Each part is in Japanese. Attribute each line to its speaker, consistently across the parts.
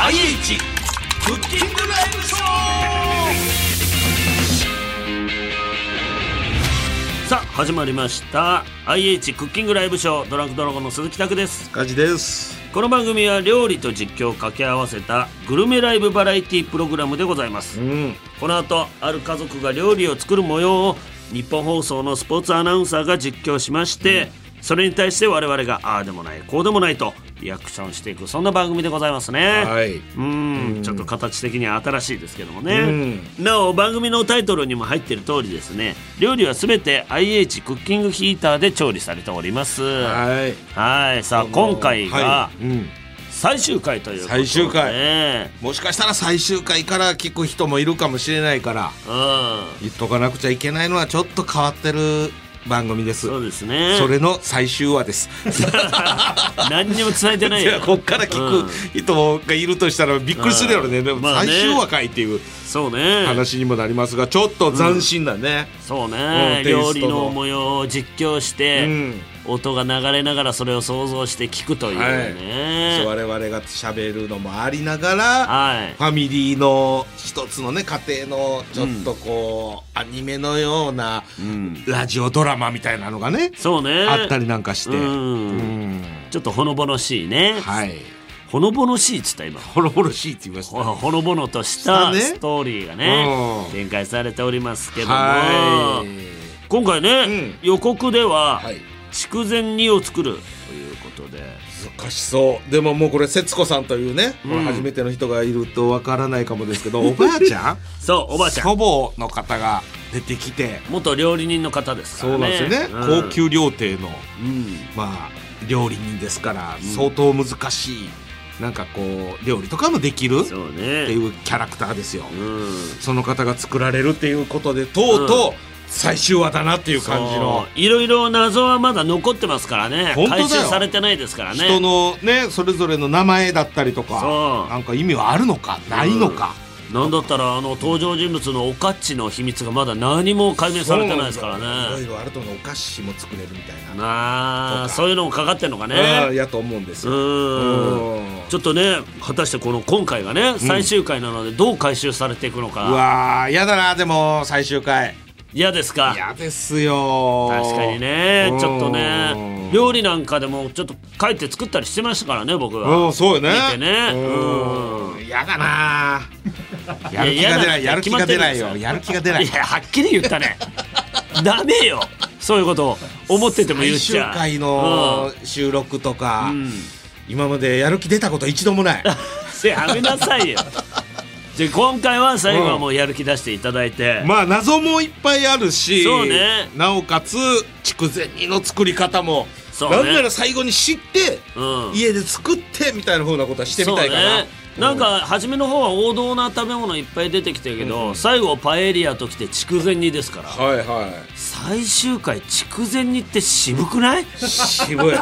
Speaker 1: IH クッキングライブショーさあ始まりました IH クッキングライブショードランクドラゴンの鈴木拓です
Speaker 2: カジです
Speaker 1: この番組は料理と実況を掛け合わせたグルメライブバラエティプログラムでございます
Speaker 2: うん
Speaker 1: この後ある家族が料理を作る模様を日本放送のスポーツアナウンサーが実況しまして、それに対して我々がああでもないこうでもないとリアクションしていくそんな番組でございますね
Speaker 2: はい
Speaker 1: うんちょっと形的には新しいですけどもねなお番組のタイトルにも入っている通りですね料理は全て IH クッキングヒーターで調理されておりますは
Speaker 2: はい
Speaker 1: いさあ今回が
Speaker 2: はいうん、
Speaker 1: 最終回ということで、
Speaker 2: 最終回
Speaker 1: ね
Speaker 2: もしかしたら最終回から聞く人もいるかもしれないから
Speaker 1: うん
Speaker 2: 言っとかなくちゃいけないのはちょっと変わってる番組です
Speaker 1: そうですね
Speaker 2: それの最終話です
Speaker 1: 何にも伝えて ない
Speaker 2: い
Speaker 1: よ
Speaker 2: やこっから聞く人がいるとしたらびっくりするやろね、
Speaker 1: うん
Speaker 2: でも
Speaker 1: まあね
Speaker 2: 最終話かいっていう
Speaker 1: そうね
Speaker 2: 話にもなりますがちょっと斬新だね、
Speaker 1: そうね
Speaker 2: うんテイ
Speaker 1: 料
Speaker 2: スト
Speaker 1: 理
Speaker 2: の
Speaker 1: の模様を実況して、
Speaker 2: うん
Speaker 1: 音が流れながらそれを想像して聞くというね
Speaker 2: 我々が喋るのもありながら、
Speaker 1: はい
Speaker 2: ファミリーの一つのね家庭のちょっとこう、アニメのような
Speaker 1: うん
Speaker 2: ラジオドラマみたいなのがね、
Speaker 1: そうね
Speaker 2: あったりなんかして、
Speaker 1: うん
Speaker 2: うん
Speaker 1: ちょっとほのぼのしいね、
Speaker 2: はい
Speaker 1: ほのぼのしいっつった今
Speaker 2: ほろほろしいって言いました
Speaker 1: ほほのぼのとし
Speaker 2: したたね
Speaker 1: ストーリーがね
Speaker 2: うん
Speaker 1: 展開されておりますけども
Speaker 2: はい
Speaker 1: 今回ね、予告では、
Speaker 2: はい
Speaker 1: 筑前煮を作るということで
Speaker 2: 難しそうでももうこれ節子さんというね、これ初めての人がいるとわからないかもですけ どおばあちゃん
Speaker 1: そうおばあちゃん
Speaker 2: 祖母の方が出てきて
Speaker 1: 元料理人の方ですか
Speaker 2: そ
Speaker 1: ら
Speaker 2: うなん
Speaker 1: ね
Speaker 2: ですよね、
Speaker 1: うん
Speaker 2: 高級料亭の
Speaker 1: うん
Speaker 2: まあ料理人ですから相当難しい、なんかこう料理とかもできるって
Speaker 1: そうね
Speaker 2: いうキャラクターですよ、
Speaker 1: うん
Speaker 2: その方が作られるっていうことでとうとう最終話だなっていう感じの
Speaker 1: そういろいろ謎はまだ残ってますからね
Speaker 2: 本当だ
Speaker 1: 回
Speaker 2: よ
Speaker 1: 収されてないですからね
Speaker 2: 人のねそれぞれの名前だったりと
Speaker 1: そ
Speaker 2: か
Speaker 1: う
Speaker 2: なんか意味はあるのかないのか、
Speaker 1: なんだったらあの登場人物のおかっちの秘密がまだ何も解明されてないですから
Speaker 2: そうなんで
Speaker 1: ね
Speaker 2: すよいろいろあると思うお菓子も作れるみたいな、
Speaker 1: まあそういうのもかかってんのか
Speaker 2: う
Speaker 1: ね
Speaker 2: んやと思うんです
Speaker 1: う
Speaker 2: よ、
Speaker 1: ん
Speaker 2: うん
Speaker 1: ちょっとね果たしてこの今回がね最終回なのでどう回収されていくの
Speaker 2: う
Speaker 1: か
Speaker 2: わーやだなでも最終回
Speaker 1: 嫌ですか
Speaker 2: 嫌ですよ
Speaker 1: 確かにね
Speaker 2: うん
Speaker 1: ちょっとね料理なんかでもちょっと帰って作ったりしてましたからね僕は
Speaker 2: うん、そうよね。
Speaker 1: 見てねうん
Speaker 2: うん、やだなぁ。やる気が出ない、
Speaker 1: い
Speaker 2: や
Speaker 1: や
Speaker 2: る気が出ない
Speaker 1: いや
Speaker 2: よ、やる気が出ないい。
Speaker 1: やはっきり言った ねダメよそういうことを思ってても言っ
Speaker 2: 最終
Speaker 1: ちゃ
Speaker 2: 回の収録とか、今までやる気出たこと一度も ない。
Speaker 1: うん、やめなさ いよで今回は最後はもうやる気出していただいて、
Speaker 2: まあ、謎もいっぱいあるし。
Speaker 1: そうね
Speaker 2: なおかつ、筑前煮の作り方も。
Speaker 1: そうね
Speaker 2: なんなら最後に知って、
Speaker 1: うん
Speaker 2: 家で作ってみたいなふうなことはしてみたいかな。
Speaker 1: そうねなんか初めの方は王道な食べ物いっぱい出てきてるけど、最後パエリアときて筑前煮ですから
Speaker 2: うん、はいは
Speaker 1: 最終回筑前煮って渋くない
Speaker 2: い。 渋い。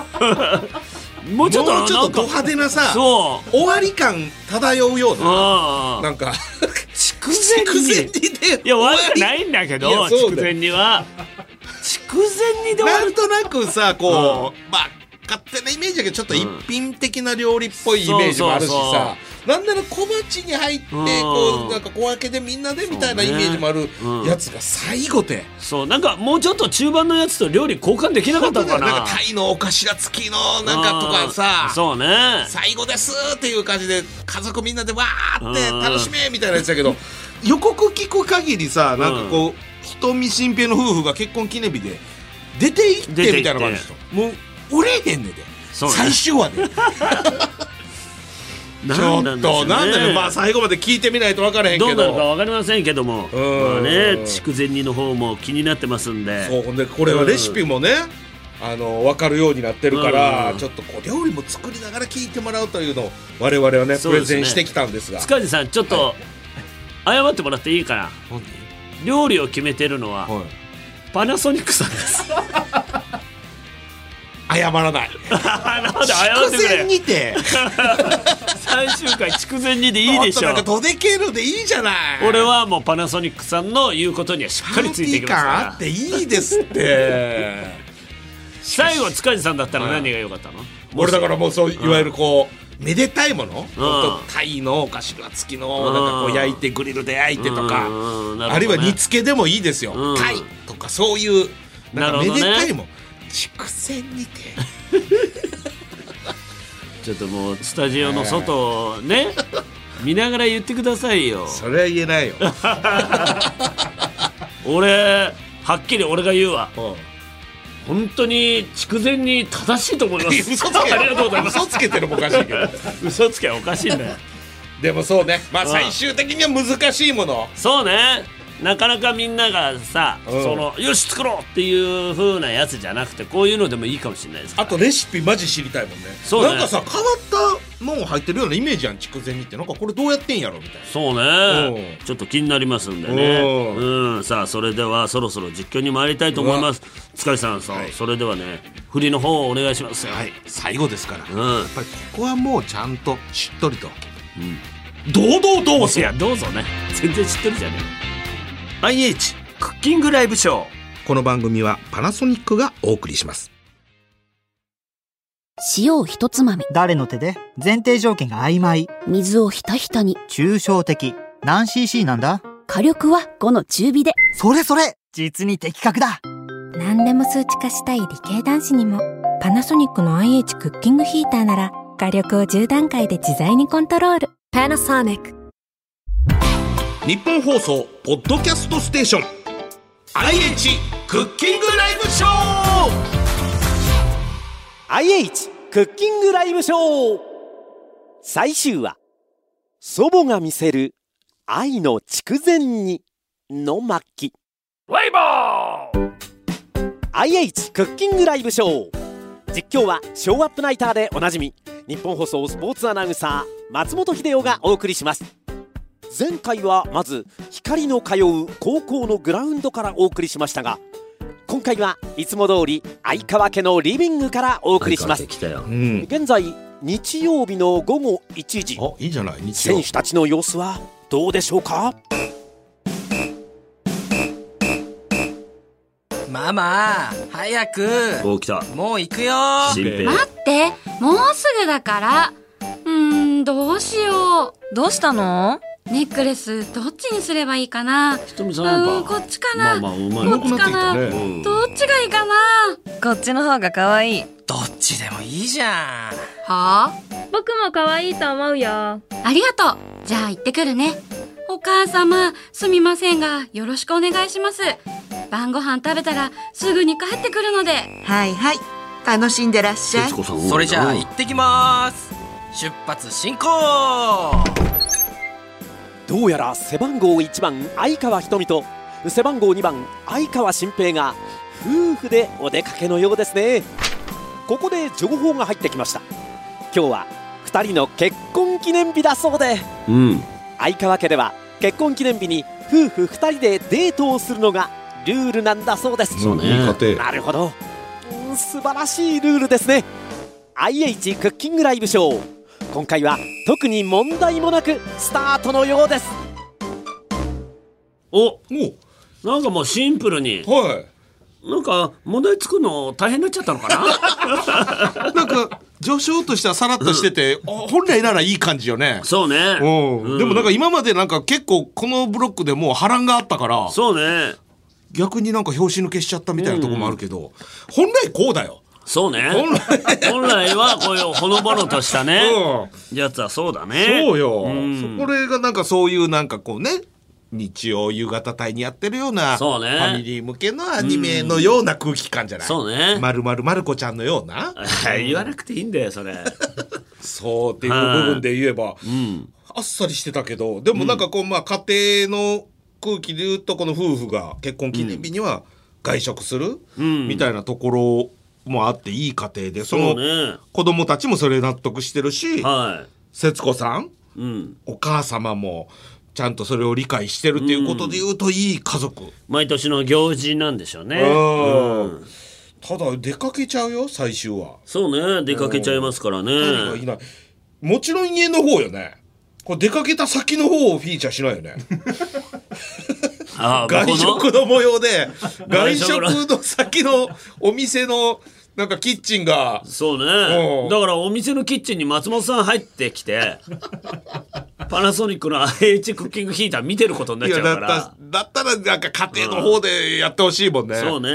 Speaker 1: もうちょっと
Speaker 2: もうちょっ
Speaker 1: な
Speaker 2: とド
Speaker 1: んか
Speaker 2: 派手なさ、
Speaker 1: そう
Speaker 2: 終わり感漂うような。
Speaker 1: ああ
Speaker 2: なんか
Speaker 1: 筑
Speaker 2: 筑
Speaker 1: 前
Speaker 2: 前
Speaker 1: 煮
Speaker 2: 煮で
Speaker 1: いや悪くないんだけ
Speaker 2: いや
Speaker 1: ど
Speaker 2: そうだよ
Speaker 1: 筑前煮は筑前煮で終わ
Speaker 2: な
Speaker 1: る
Speaker 2: んとなくさこう、まあ勝手なイメージだけどちょっと一品的な料理っぽいイメージもあるしさ、
Speaker 1: そうそう
Speaker 2: なんなら小鉢に入ってこう、
Speaker 1: うん
Speaker 2: なんか小分けでみんなでみたいな
Speaker 1: そ
Speaker 2: イ
Speaker 1: う
Speaker 2: メ
Speaker 1: ね
Speaker 2: ージもある
Speaker 1: うん
Speaker 2: やつが最後で。
Speaker 1: そうなんかもうちょっと中盤のやつと料理交換できなかったのかな
Speaker 2: なんかタイのお頭付きのなんかとか
Speaker 1: あ
Speaker 2: さ
Speaker 1: ーそうね
Speaker 2: 最後ですっていう感じで家族みんなでわーっ
Speaker 1: うん
Speaker 2: て楽しめみたいなやつだけ ど予告聞く限りさなんかこう、人見心平の夫婦が結婚記念日で出て行
Speaker 1: 出て行
Speaker 2: っ
Speaker 1: って
Speaker 2: てみたいな感じでしょもう折れてんねんで、
Speaker 1: そうね
Speaker 2: 最終話でちょっ
Speaker 1: な
Speaker 2: と
Speaker 1: んでしょうね
Speaker 2: なんだろうまあ最後まで聞いてみないと分からへん
Speaker 1: ど
Speaker 2: け
Speaker 1: うなるか
Speaker 2: ど
Speaker 1: わかりませんけども
Speaker 2: うん
Speaker 1: まあね筑前煮の方も気になってますんで
Speaker 2: そうほんでこれはレシピもね、あの分かるようになってるから、
Speaker 1: うん
Speaker 2: ちょっとこう料理も作りながら聞いてもらうというのを我々はね
Speaker 1: そ
Speaker 2: プ
Speaker 1: うで
Speaker 2: レ
Speaker 1: すね
Speaker 2: ゼンしてきたんですが
Speaker 1: 塚地さんちょっと謝ってもらっていいかな
Speaker 2: 本
Speaker 1: 料理を決めてるの
Speaker 2: 当
Speaker 1: は
Speaker 2: に
Speaker 1: パナソニックさんです
Speaker 2: 謝らない
Speaker 1: なんで謝ってくれ
Speaker 2: 筑前にて
Speaker 1: 最終回筑前煮でいいでしょ
Speaker 2: もっとなんかとでけるでいいじゃない
Speaker 1: 俺はもうパナソニックさんの言うことにはしっか
Speaker 2: パンテ
Speaker 1: りつい
Speaker 2: ィ
Speaker 1: てい
Speaker 2: ー
Speaker 1: きますか
Speaker 2: 感あ
Speaker 1: ら
Speaker 2: っていいですって
Speaker 1: 最後塚地さんだったら何が良かったの
Speaker 2: 俺だからもうそういわゆるこうめでたいもの、ほんとタイのお菓子が付きのなんかこう焼いてグリルで焼いてとか、
Speaker 1: うんうんなるほどね
Speaker 2: あるいは煮付けでもいいですよ、
Speaker 1: うん
Speaker 2: タイとかそういうなんか
Speaker 1: な
Speaker 2: め
Speaker 1: るほ
Speaker 2: で
Speaker 1: どね
Speaker 2: たいもん、筑前煮 て
Speaker 1: ちょっともうスタジオの外をね見ながら言ってくださいよ
Speaker 2: それは言えないよ、
Speaker 1: 俺はっきり俺が言うわ
Speaker 2: うん
Speaker 1: 本当に筑前に正しいと思いま
Speaker 2: いや
Speaker 1: す
Speaker 2: 嘘つけ
Speaker 1: ありがとうございます
Speaker 2: 嘘つけてるもおかしいけど
Speaker 1: 嘘つけおかしいんだよ
Speaker 2: でもそうねまあ
Speaker 1: うん
Speaker 2: 最終的には難しいもの
Speaker 1: そうねなかなかみんながさ、
Speaker 2: うん
Speaker 1: そのよし作ろうっていう風なやつじゃなくてこういうのでもいいかもしれないですか
Speaker 2: あ
Speaker 1: ら
Speaker 2: とレシピマジ知りたいもんね
Speaker 1: そうね
Speaker 2: なんかさ変わったもん入ってるようなイメージやん筑前煮ってなんかこれどうやってんやろみたいな
Speaker 1: そうね
Speaker 2: う
Speaker 1: ちょっと気になりますんでね
Speaker 2: う
Speaker 1: うんさあそれではそろそろ実況に参りたいと思います塚地さんさ、
Speaker 2: はい
Speaker 1: それではね振りの方をお願いしますよ、
Speaker 2: はい最後ですから、やっ
Speaker 1: うん
Speaker 2: ぱりここはもうちゃんとしっとりと、堂々どう
Speaker 1: い
Speaker 2: せ
Speaker 1: やどうぞね全然知ってるじゃねえ IH クッキングライブショー
Speaker 2: この番組はパナソニックがお送りします
Speaker 3: 塩をひとつまみ、
Speaker 4: 誰の手で前提条件が曖昧
Speaker 3: 水をひたひたに、
Speaker 4: 抽象的何 cc なんだ
Speaker 3: 火力は5の中火で。
Speaker 4: それそれ実に的確だ
Speaker 5: 何でも数値化したい理系男子にもパナソニックの IH クッキングヒーターなら火力を10段階で自在にコントロールパナソニック
Speaker 2: 日本放送ポッドキャストステーション IH クッキングライブショー
Speaker 6: IH クッキングライブショー最終話祖母が見せる愛の筑前煮の巻ライバー IH クッキングライブショー実況はショーアップナイターでおなじみ日本放送スポーツアナウンサー松本秀夫がお送りします前回はまず光の通う高校のグラウンドからお送りしましたが今回はいつも通り相川家のリビングからお送りします
Speaker 1: 来たよ
Speaker 2: うん
Speaker 6: 現在日曜日の午後1時
Speaker 2: あいいじゃない日曜
Speaker 6: 選手たちの様子はどうでしょうか
Speaker 7: ママ早く
Speaker 1: お来た
Speaker 7: もう行くよ
Speaker 1: 新平
Speaker 8: 待ってもうすぐだからうーんどうしよ
Speaker 5: どうしたの
Speaker 8: うネックレスどっちにすればいいかな
Speaker 1: ひとみさんや
Speaker 8: う
Speaker 1: っ
Speaker 8: んこ
Speaker 1: ぱ
Speaker 8: っちか
Speaker 1: ま
Speaker 8: な、
Speaker 1: あまあうまい
Speaker 8: こっちかな、
Speaker 2: うまくなってきた
Speaker 1: ね
Speaker 8: どっちがいいかな
Speaker 5: こっちの方が可愛い
Speaker 7: どっちでもいいじゃん
Speaker 8: はあ
Speaker 9: 僕も可愛いと思うよ。
Speaker 8: ありがとうじゃあ行ってくるねお母様すみませんがよろしくお願いします晩ご飯食べたらすぐに帰ってくるので
Speaker 10: はいはい楽しんでらっしゃい
Speaker 1: 徹子さん
Speaker 7: それじゃあ
Speaker 1: うん
Speaker 7: 行ってきます出発進行
Speaker 6: どうやら背番号1番相川瞳と背番号2番相川新平が夫婦でお出かけのようですねここで情報が入ってきました今日は2人の結婚記念日だそうで
Speaker 1: うん
Speaker 6: 相川家では結婚記念日に夫婦2人でデートをするのがルールなんだそうです
Speaker 1: そうね
Speaker 2: いい家庭
Speaker 6: なるほどうん素晴らしいルールですね IH クッキングライブショー今回は特に問題もなくスタートのようです
Speaker 1: お
Speaker 2: お
Speaker 1: なんかもうシンプルに
Speaker 2: はい
Speaker 1: なんか問題作るの大変になっちゃったのかな
Speaker 2: なんか序章としてはさらっとしてて、あ本来ならいい感じよね
Speaker 1: そうね
Speaker 2: うん、でもなんか今までなんか結構このブロックでもう波乱があったから
Speaker 1: そうね
Speaker 2: 逆になんか表紙抜けしちゃったみたいなとこもあるけど、本来こうだよ、
Speaker 1: そうね
Speaker 2: 本来
Speaker 1: 本来はこういうほのぼのとしたね
Speaker 2: うん
Speaker 1: やつはそうだね
Speaker 2: そうよ、
Speaker 1: ん
Speaker 2: そこれがなんかそういうなんかこうね日曜夕方帯にやってるような
Speaker 1: そうね
Speaker 2: ファミリー向けのアニメのような空気感じゃない、
Speaker 1: そうね
Speaker 2: まるまるまる子ちゃんのような
Speaker 1: 言わなくていいんだよそれ
Speaker 2: そうっていう部分で言えば、
Speaker 1: うん
Speaker 2: あっさりしてたけどでもなんかこう、まあ家庭の空気で言うとこの夫婦が結婚記念日には外食する、
Speaker 1: ん
Speaker 2: みたいなところもあっていい家庭でそ
Speaker 1: そう
Speaker 2: の
Speaker 1: ね
Speaker 2: 子供たちもそれ納得してるし
Speaker 1: は
Speaker 2: 節子さん
Speaker 1: いうん
Speaker 2: お母様もちゃんとそれを理解してるっていうことで言うといい家族、
Speaker 1: 毎年の行事なんでしょうね
Speaker 2: うん
Speaker 1: うん
Speaker 2: ただ出かけちゃうよ最終は
Speaker 1: そうね出かけちゃいますから
Speaker 2: 誰がい
Speaker 1: ね
Speaker 2: ないもちろん家の方よねこれ出かけた先の方をフィーチャーしないよね
Speaker 1: ああ
Speaker 2: 外
Speaker 1: 僕の
Speaker 2: 食の模様で
Speaker 1: 外
Speaker 2: 外
Speaker 1: 食
Speaker 2: 食
Speaker 1: の
Speaker 2: の先のお店のなんかキッチンが
Speaker 1: そう
Speaker 2: う
Speaker 1: ね
Speaker 2: ん
Speaker 1: だからお店のキッチンに松本さん入ってき てパナソニックの IH クッキングヒーター見てることになっ
Speaker 2: い
Speaker 1: ちゃ
Speaker 2: や
Speaker 1: う
Speaker 2: だ
Speaker 1: か
Speaker 2: った
Speaker 1: ら
Speaker 2: だったらなんか家庭の方でやってほしいもんね、
Speaker 1: そうね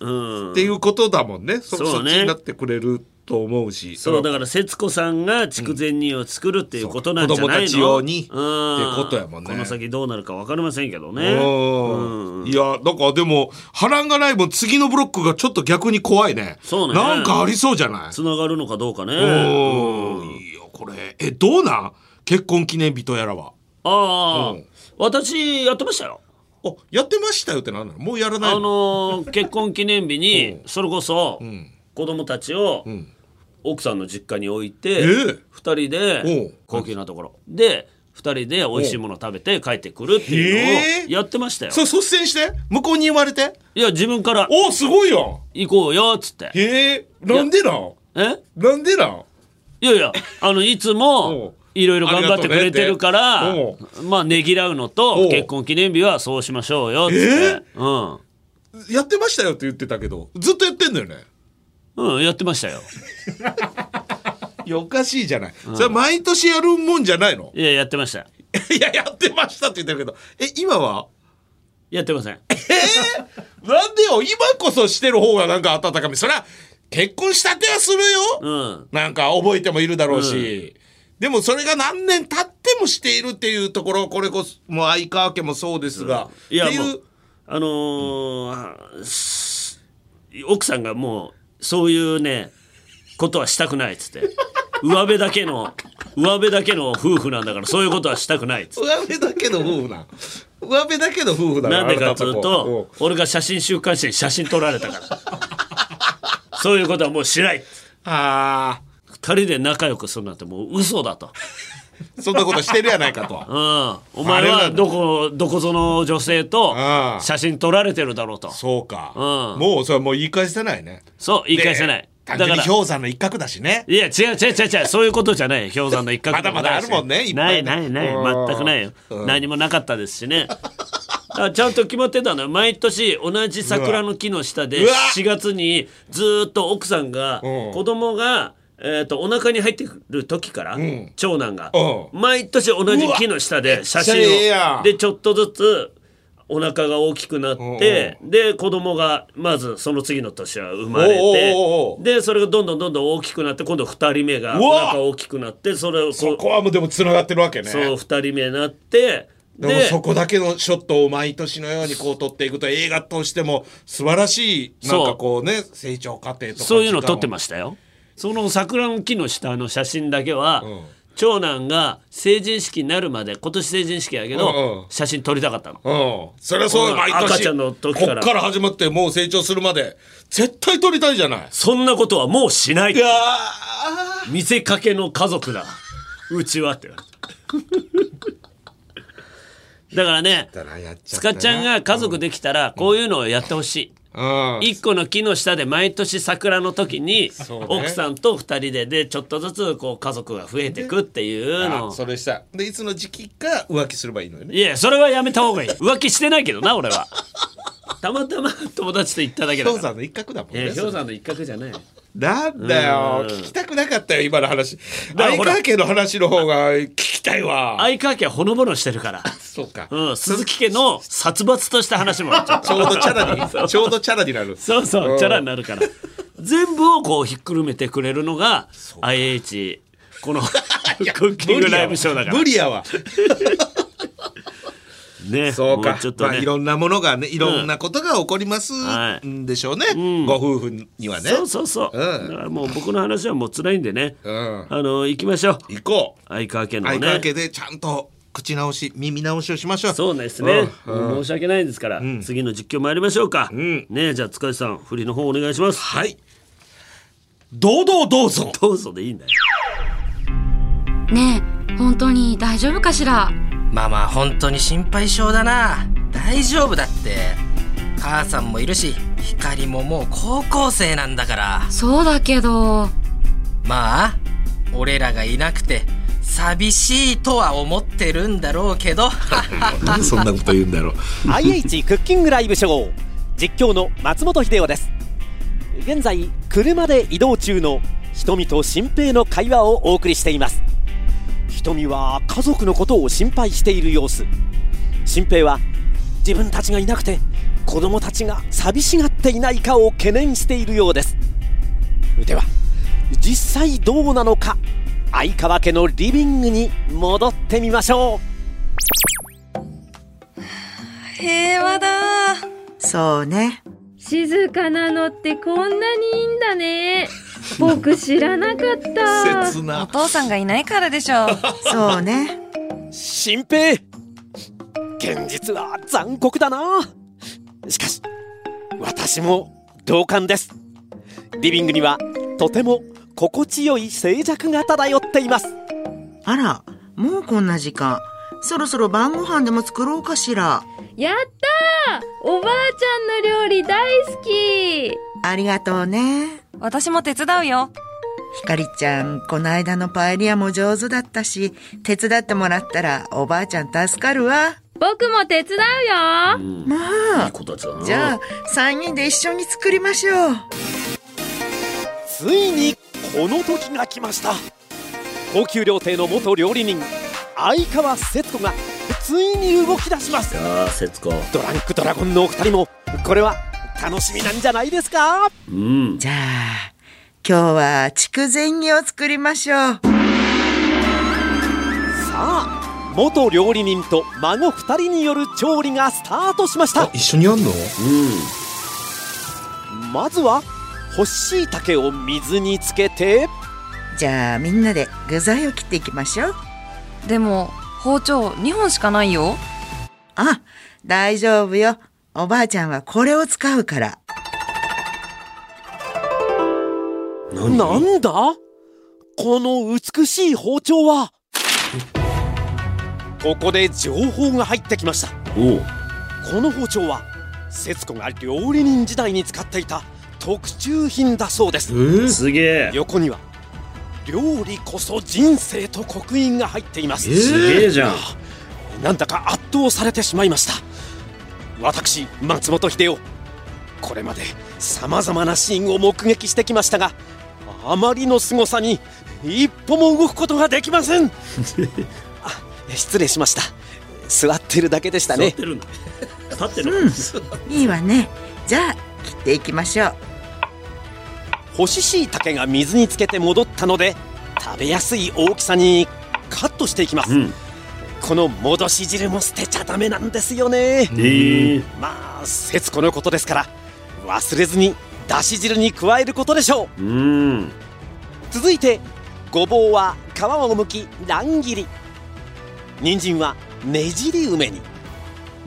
Speaker 1: うん
Speaker 2: っていうことだもんねそ
Speaker 1: そうね
Speaker 2: そっちになってくれると思うし
Speaker 1: そうだ
Speaker 2: の
Speaker 1: から節子さんが筑前煮を作るっていうことなんじゃないの、
Speaker 2: 子供たち用に
Speaker 1: うん
Speaker 2: ってことやもんね
Speaker 1: この先どうなるか分かりませんけどね
Speaker 2: うんいやなんかでも波乱がない分次のブロックがちょっと逆に怖いね
Speaker 1: そうね
Speaker 2: なんかありそうじゃない
Speaker 1: つながるのかどうかね
Speaker 2: うん
Speaker 1: うん
Speaker 2: いやこれえどうなん結婚記念日とやらは
Speaker 1: ああ、
Speaker 2: うん
Speaker 1: 私やってましたよ
Speaker 2: あやってましたよってなんなのもうやらない
Speaker 1: あ
Speaker 2: の
Speaker 1: のー結婚記念日にそれこそ
Speaker 2: ん
Speaker 1: 子供たちを
Speaker 2: ん
Speaker 1: 奥さんの実家に置い
Speaker 2: え
Speaker 1: て
Speaker 2: え
Speaker 1: 二人
Speaker 2: おう
Speaker 1: で高級なところで二人で美味しいもの食べて帰ってくるっていうの
Speaker 2: へえ
Speaker 1: をやってましたよ
Speaker 2: それ率先して向こうに言われて
Speaker 1: いや自分から
Speaker 2: おすごいやん
Speaker 1: 行こうよっつって
Speaker 2: へえなんでなん
Speaker 1: え
Speaker 2: なんでなん
Speaker 1: いやいやあのいつ
Speaker 2: おう
Speaker 1: もいろいろ頑張ってくれてるから
Speaker 2: ありがとうね
Speaker 1: まあねぎらうの
Speaker 2: おう
Speaker 1: と結婚記念日はそうしましょうよっつって、うん
Speaker 2: やってましたよって言ってたけどずっとやってんだよね
Speaker 1: うん、やってましたよ。
Speaker 2: いやおかしいじゃない、それ毎年やるもんじゃないの
Speaker 1: いや、やってました。
Speaker 2: いややってましたって言ってるけどえ今は
Speaker 1: やってません。
Speaker 2: なんでよ今こそしてる方がなんか温かみそりゃ結婚したてはする
Speaker 1: う
Speaker 2: よ、
Speaker 1: ん。
Speaker 2: なんか覚えてもいるだろうし、でもそれが何年経ってもしているっていうところこれこそもう相川家もそうですが、
Speaker 1: いや、
Speaker 2: って
Speaker 1: も
Speaker 2: いう
Speaker 1: う、あのーす奥さんがもう、そういうね、ことはしたくないっつ って。上辺だけの、上辺だけの夫婦なんだから、そういうことはしたくないっつって。
Speaker 2: 上辺だけの夫婦な上辺だけの夫婦だ
Speaker 1: なんでかっつう
Speaker 2: うん
Speaker 1: と、俺が写真週刊誌に写真撮られたから。そういうことはもうしないっつって。
Speaker 2: あ
Speaker 1: 二人で仲良くするなんてもう嘘だと。
Speaker 2: あそんなことしてるやないかと
Speaker 1: うん、お前
Speaker 2: あれな
Speaker 1: は
Speaker 2: んだ
Speaker 1: どこどこぞの女性と
Speaker 2: ああ
Speaker 1: 写真撮られてるだろうと
Speaker 2: そうか、
Speaker 1: うん
Speaker 2: もうそれはもう言い返せないね
Speaker 1: そう言い返せない
Speaker 2: で
Speaker 1: だか
Speaker 2: 単純
Speaker 1: ら
Speaker 2: に氷山の一角だしね
Speaker 1: いや違う違う違う違うそういうことじゃない氷山の一角
Speaker 2: まだまだあるもんねいっぱ
Speaker 1: ない
Speaker 2: ね
Speaker 1: いないない
Speaker 2: うん
Speaker 1: 全くないよ
Speaker 2: うん
Speaker 1: 何もなかったですしねだからちゃんと決まってたのよ毎年同じ桜の木の下で
Speaker 2: うわ
Speaker 1: 4月にずーっと奥さんが
Speaker 2: うん
Speaker 1: 子供がえー、とお腹に入ってくる時から、
Speaker 2: ん
Speaker 1: 長男が、
Speaker 2: う
Speaker 1: 毎年同じ木の下で写
Speaker 2: めっちゃええ
Speaker 1: 真
Speaker 2: や
Speaker 1: を
Speaker 2: ん
Speaker 1: でちょっとずつお腹が大きくなって、で子供がまずその次の年は生まれて
Speaker 2: おうおうおうおう
Speaker 1: でそれがどんどんどんどん大きくなって今度2人目が
Speaker 2: う
Speaker 1: お
Speaker 2: わ
Speaker 1: 腹大きくなってそれをこう
Speaker 2: そこはもうでもつながってるわけね
Speaker 1: そう2人目になって
Speaker 2: でも
Speaker 1: で
Speaker 2: そこだけのショットを毎年のようにこう撮っていくと映画としても素晴らしいなんかこうね成長過程とか
Speaker 1: そういうの撮ってま
Speaker 2: し
Speaker 1: したよその桜の木の下の写真だけは、
Speaker 2: ん
Speaker 1: 長男が成人式になるまで今年成人式やけ
Speaker 2: うん
Speaker 1: ど、
Speaker 2: うん
Speaker 1: 写真撮りたかったの
Speaker 2: うん、それはそう
Speaker 1: うん
Speaker 2: 毎年
Speaker 1: 赤ちゃんの時から
Speaker 2: こっから始まってもう成長するまで絶対撮りたいじゃない
Speaker 1: そんなことはもうしない
Speaker 2: いや
Speaker 1: 見せかけの家族だうちは って言われただからね
Speaker 2: ーやっち
Speaker 1: スカちゃんが家族できたらこういうのをやってほしい、
Speaker 2: が
Speaker 1: 一個の木の下で毎年桜の時に
Speaker 2: うね
Speaker 1: 奥さんと二人ででちょっとずつこう家族が増えてくっていうの
Speaker 2: あ
Speaker 1: を
Speaker 2: それしたでいつの時期か浮気すればいいのよね
Speaker 1: いやそれはやめた方がいい浮気してないけどな俺 はたまたま友達と行っただけだ
Speaker 2: 氷
Speaker 1: から
Speaker 2: 山の一角だもん
Speaker 1: いや
Speaker 2: ね
Speaker 1: 氷山の一角じゃない
Speaker 2: なんだよ聞きたくなかったよ今の話
Speaker 1: から
Speaker 2: 相
Speaker 1: ほら
Speaker 2: 川家の話の方が聞きたいわ
Speaker 1: 相川家はほのぼのしてる から、
Speaker 2: そうか
Speaker 1: うん、鈴木家の殺伐とした話もちょっと
Speaker 2: ちょうどチャラに、ちょうどチャラにな る。
Speaker 1: そうそ
Speaker 2: ん
Speaker 1: う、チャラになるから。全部をこうひっくるめてくれるのが IH こ のクッキングライブショーだから
Speaker 2: 無理やわ。
Speaker 1: ね
Speaker 2: そう
Speaker 1: も
Speaker 2: か
Speaker 1: うちょっ。と
Speaker 2: まあ
Speaker 1: ね
Speaker 2: いろんなものがね、いろんなことが起こります
Speaker 1: はい
Speaker 2: んでしょうね。ご夫婦にはね。
Speaker 1: そうそうそう、
Speaker 2: うん
Speaker 1: だからもう僕の話はもう辛いんでね、
Speaker 2: うん
Speaker 1: あの行きましょう
Speaker 2: 行こう。
Speaker 1: 相川家のね
Speaker 2: 相川家でちゃんと口直し、耳直しをしましょう。
Speaker 1: そうですね、
Speaker 2: うん
Speaker 1: もう申し訳ないですから、次の実況参りましょうか、
Speaker 2: ん
Speaker 1: ねじゃあ塚地さん振りの方お願いします
Speaker 2: はい。堂々どうぞ。
Speaker 1: どうぞでいいんだよ
Speaker 8: ねえ本当に大丈夫かしら
Speaker 7: ママ本当に心配性だな大丈夫だって母さんもいるし光ももう高校生なんだから
Speaker 8: そうだけど
Speaker 7: まあ俺らがいなくて寂しいとは思ってるんだろうけど
Speaker 2: なんで そんなこと言うんだろう。
Speaker 6: IH クッキングライブショー実況の松本秀夫です現在車で移動中の瞳と新平の会話をお送りしています瞳は家族のことを心配している様子新平は自分たちがいなくて子供たちが寂しがっていないかを懸念しているようですでは実際どうなのか相川家のリビングに戻ってみましょ
Speaker 9: 平和だ
Speaker 10: そうね
Speaker 9: 静かなのってこんなにいいんだね僕知らなかった
Speaker 2: 切な
Speaker 11: お父さんがいないからでしょう
Speaker 10: そうね
Speaker 6: う新平現実は残酷だなしかし私も同感ですリビングにはとても心地よい静寂が漂っています
Speaker 10: あらもうこんな時間そろそろ晩ご飯でも作ろうかしら
Speaker 9: やったーおばあちゃんの料理大好き
Speaker 10: ありがとうね
Speaker 11: 私も手伝うよ
Speaker 10: ひかりちゃんこの間のパエリアも上手だったし手伝ってもらったらおばあちゃん助かるわ
Speaker 9: 僕も手伝うよ、
Speaker 10: まあ
Speaker 1: な
Speaker 10: じゃあ3人で一緒に作りましょう
Speaker 6: ついにこの時が来ました高級料亭の元料理人相川節子がついに動き出します
Speaker 1: ああ節子
Speaker 6: ドランクドラゴンのお二人もこれは楽しみなんじゃないですか
Speaker 1: うん
Speaker 10: じゃあ今日は筑前煮を作りましょう
Speaker 6: さあ元料理人と孫二人による調理がスタートしました
Speaker 2: 一緒にやんの
Speaker 6: まずは干しいたけを水につけて
Speaker 10: じゃあみんなで具材を切っていきましょう
Speaker 11: でも包丁2本しかないよ
Speaker 10: あ大丈夫よおばあちゃんはこれを使うから
Speaker 6: なんだこの美しい包丁はここで情報が入ってきました
Speaker 1: おう
Speaker 6: この包丁は節子が料理人時代に使っていた特注品だそうです、
Speaker 1: すげえ
Speaker 6: 横には料理こそ人生と刻印が入っています、
Speaker 1: すげえじゃん
Speaker 6: なんだか圧倒されてしまいました私松本秀夫これまで様々なシーンを目撃してきましたがあまりの凄さに一歩も動くことができま せんあ失礼しました座ってるだけでしたね
Speaker 1: 座ってるんだ立ってる、
Speaker 10: いいわねじゃあ切っていきましょう
Speaker 6: 干し椎茸が水につけて戻ったので食べやすい大きさにカットしていきます、この戻し汁も捨てちゃダメなんですよね、
Speaker 1: え
Speaker 6: まあ節子のことですから忘れずにだし汁に加えることでしょう
Speaker 1: うん
Speaker 6: 続いてごぼうは皮をむき乱切り人参はねじり梅に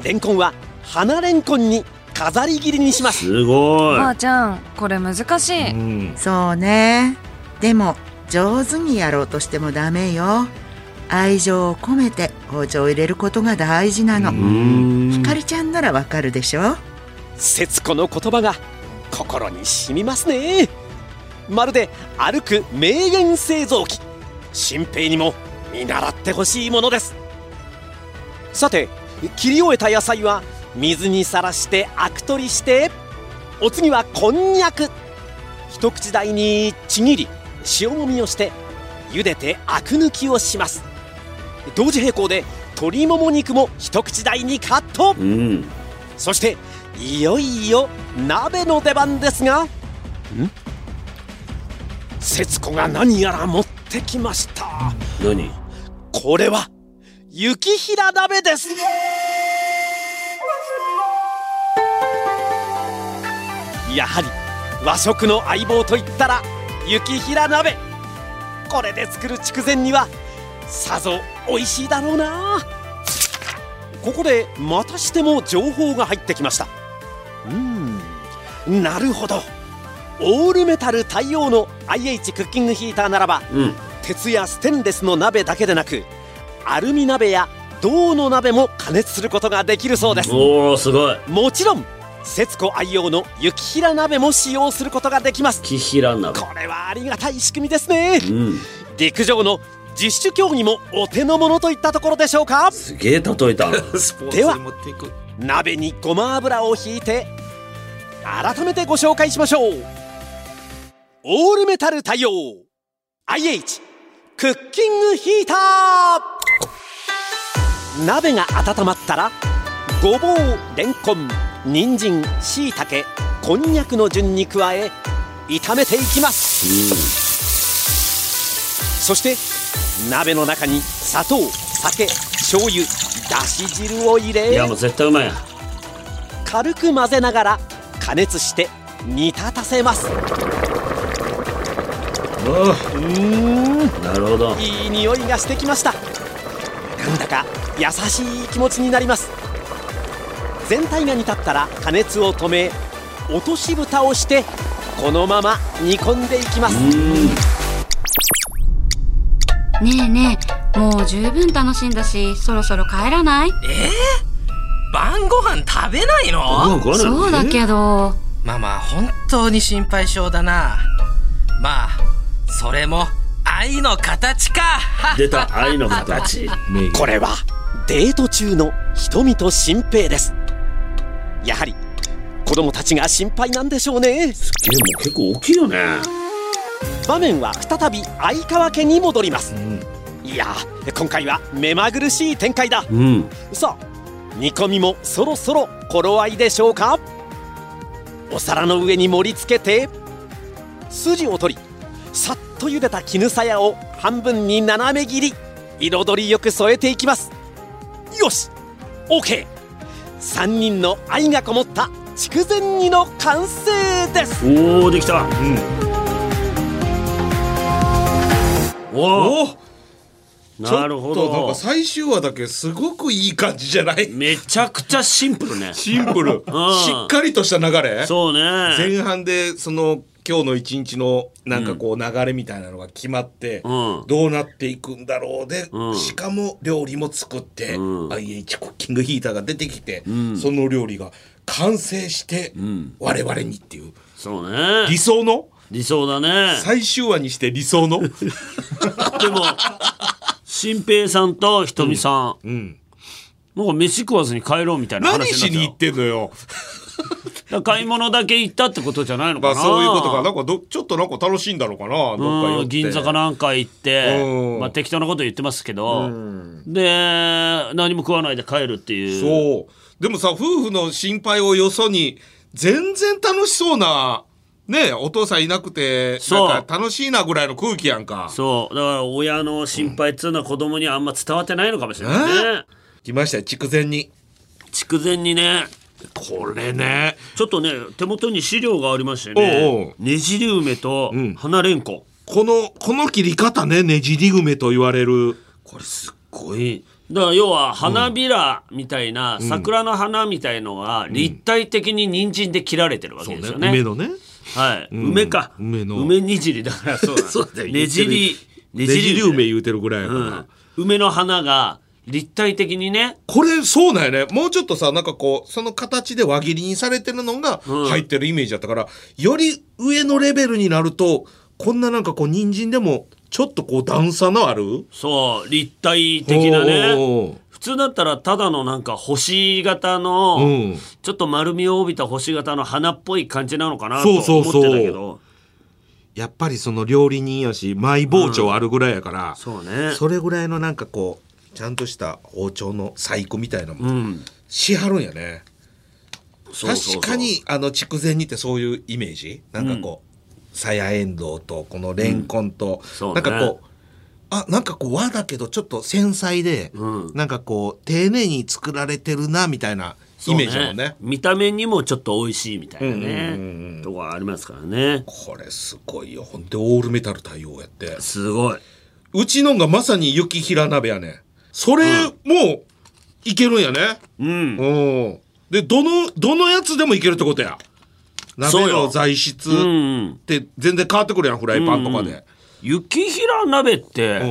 Speaker 6: レンコンは花レンコンに飾り切りにします
Speaker 1: すご
Speaker 11: おば
Speaker 1: い
Speaker 11: あちゃんこれ難しい
Speaker 10: そうねでも上手にやろうとしてもダメよ愛情を込めて包丁を入れることが大事なのひかりちゃんならわかるでしょ
Speaker 6: 節子の言葉が心に染みますねまるで歩く名言製造機新平にも見習ってほしいものですさて切り終えた野菜は水にさらしてアク取りしてお次はこんにゃく一口大にちぎり塩もみをして茹でてアク抜きをします同時並行で鶏もも肉も一口大にカット、
Speaker 1: うん
Speaker 6: そしていよいよ鍋の出番ですがん節子が何やら持ってきました
Speaker 1: 何
Speaker 6: これは雪平鍋ですやはり和食の相棒といったら雪平鍋これで作る筑前煮はさぞ美味しいだろうなここでまたしても情報が入ってきましたうーんなるほどオールメタル対応の IH クッキングヒーターならば、
Speaker 1: うん
Speaker 6: 鉄やステンレスの鍋だけでなくアルミ鍋や銅の鍋も加熱することができるそうです
Speaker 1: おおすごい
Speaker 6: もちろん節子愛用の雪平鍋も使用することができます
Speaker 1: 木平鍋
Speaker 6: これはありがたい仕組みですね
Speaker 1: うん
Speaker 6: 陸上の十種競技もお手の物といったところでしょうか
Speaker 1: すげえ例えた
Speaker 2: スポーツ
Speaker 6: では
Speaker 2: に持っていく
Speaker 6: 鍋にごま油をひいて改めてご紹介しましょうオールメタル対応 IH クッキングヒーター鍋が温まったらごぼうれんこん人参しいたけこんにゃくの順に加え炒めていきます、そして鍋の中に砂糖酒醤油だし汁を入れ
Speaker 1: いやもう絶対うまいやん
Speaker 6: 軽く混ぜながら加熱して煮立たせます
Speaker 1: おう
Speaker 6: ー
Speaker 1: んなるほど
Speaker 6: いい匂いがしてきましたなんだか優しい気持ちになります全体が煮立ったら加熱を止め落とし蓋をしてこのまま煮込んでいきます
Speaker 8: ねえねえもう十分楽しんだしそろそろ帰らない
Speaker 7: 晩ご飯食べないの
Speaker 8: そうだけど
Speaker 7: ママ本当に心配性だなまあそれも愛の形か
Speaker 1: 出た愛の形
Speaker 6: これはデート中の瞳と新平ですやはり子供たちが心配なんでしょうねす
Speaker 1: げえもう結構大きいよね
Speaker 6: 場面は再び相川家に戻ります、いやー今回は目まぐるしい展開だ、
Speaker 1: うん
Speaker 6: さあ煮込みもそろそろ頃合いでしょうかお皿の上に盛り付けて筋を取りさっと茹でた絹さやを半分に斜め切り彩りよく添えていきますよし OK3 人の愛がこもった筑前煮の完成です
Speaker 1: おおできた、お
Speaker 2: お
Speaker 1: なるほ
Speaker 2: ちょっとなん
Speaker 1: ど
Speaker 2: か最終話だけすごくいい感じじゃない
Speaker 1: めちゃくちゃシンプルね
Speaker 2: シンプ ルしっかりとした流れ
Speaker 1: そうね
Speaker 2: 前半でその今日の一日のなんかこう流れみたいなのが決まって、どうなっていくんだろうで、
Speaker 1: うん
Speaker 2: しかも料理も作って、IH クッキングヒーターが出てきて、
Speaker 1: ん
Speaker 2: その料理が完成して、我々にっていう
Speaker 1: そうね
Speaker 2: 理想の
Speaker 1: 理想だね
Speaker 2: 最終話にして理想の
Speaker 1: でも新平さんとひとみさん、なんか飯食わずに帰ろうみたいな
Speaker 2: 何
Speaker 1: 話
Speaker 2: し
Speaker 1: に
Speaker 2: に
Speaker 1: な
Speaker 2: 行
Speaker 1: っ
Speaker 2: っててんのよ
Speaker 1: 買い物だけ行ったってことじゃないの
Speaker 2: ま
Speaker 1: かな、
Speaker 2: あそういうことかなんかどちょっとなんか楽しいんだろうかなどっか寄っ
Speaker 1: うん
Speaker 2: て
Speaker 1: 銀座かなんか行って、
Speaker 2: うん
Speaker 1: まあ、適当なこと言ってますけど、で何も食わないで帰るっていう
Speaker 2: そう。でもさ、夫婦の心配をよそに、全然楽しそうな、ねえお父さんいなくて、
Speaker 1: そう
Speaker 2: なんか楽しいなぐらいの空気やんか。
Speaker 1: そうだから親の心配っつうのは子供にあんま伝わってないのかもしれないね
Speaker 2: 来ましたよ、筑前に。
Speaker 1: 筑前にねこれねちょっとね手元に資料がありましてね
Speaker 2: おうおう
Speaker 1: ねじり梅と花れんこ、
Speaker 2: この、この切り方ね、ねじり梅と言われる。
Speaker 1: これすっごいだから要は花びらみたいな、桜の花みたいのが立体的に人参で切られてるわけですよね。
Speaker 2: 梅のね。
Speaker 1: はい、
Speaker 2: ん
Speaker 1: 梅か
Speaker 2: 梅の
Speaker 1: 梅にじりだから そうだ
Speaker 2: そうだよ
Speaker 1: ねじり
Speaker 2: ねじり梅
Speaker 1: ね
Speaker 2: 言うてるぐらいやから。
Speaker 1: うん梅の花が立体的にね
Speaker 2: これ、そうなんやね。もうちょっとさ、なんかこう、その形で輪切りにされてるのが
Speaker 1: うん
Speaker 2: 入ってるイメージだったから、より上のレベルになると、こんななんかこう、人参でも、ちょっとこう、段差のある
Speaker 1: そう立体的な
Speaker 2: おうおうお
Speaker 1: ね
Speaker 2: う
Speaker 1: 普通だったらただのなんか星型の、
Speaker 2: うん
Speaker 1: ちょっと丸みを帯びた星型の花っぽい感じなのかなと
Speaker 2: そう
Speaker 1: 思
Speaker 2: そう
Speaker 1: って
Speaker 2: そう
Speaker 1: たけど
Speaker 2: やっぱりその料理人やしマイ包丁あるぐらいやから、
Speaker 1: そうね
Speaker 2: それぐらいのなんかこうちゃんとした包丁の細工みたいなの
Speaker 1: う
Speaker 2: も
Speaker 1: ん
Speaker 2: しはるんやね、
Speaker 1: そうそうそう
Speaker 2: 確かにあの筑前煮ってそういうイメージなんかこうさやえんどうとこのレンコンと、
Speaker 1: そうね
Speaker 2: なんかこうあなんかこう和だけどちょっと繊細で、
Speaker 1: うん
Speaker 2: なんかこう丁寧に作られてるなみたいなイメージだもんね
Speaker 1: そう見た目にもちょっと美味しいみたいなね、
Speaker 2: うんうんうんうん
Speaker 1: とこありますからね
Speaker 2: これすごいよほんでオールメタル対応やって
Speaker 1: すごいう
Speaker 2: ちのんがまさに雪平鍋やねん。それ、もう、いけるんやね。
Speaker 1: うん
Speaker 2: うん。で、どの、どのやつでもいけるってことや。
Speaker 1: そう
Speaker 2: 鍋
Speaker 1: よ
Speaker 2: の材質
Speaker 1: うんうん
Speaker 2: って全然変わってくるやん、フライパンとかで。
Speaker 1: 雪平鍋って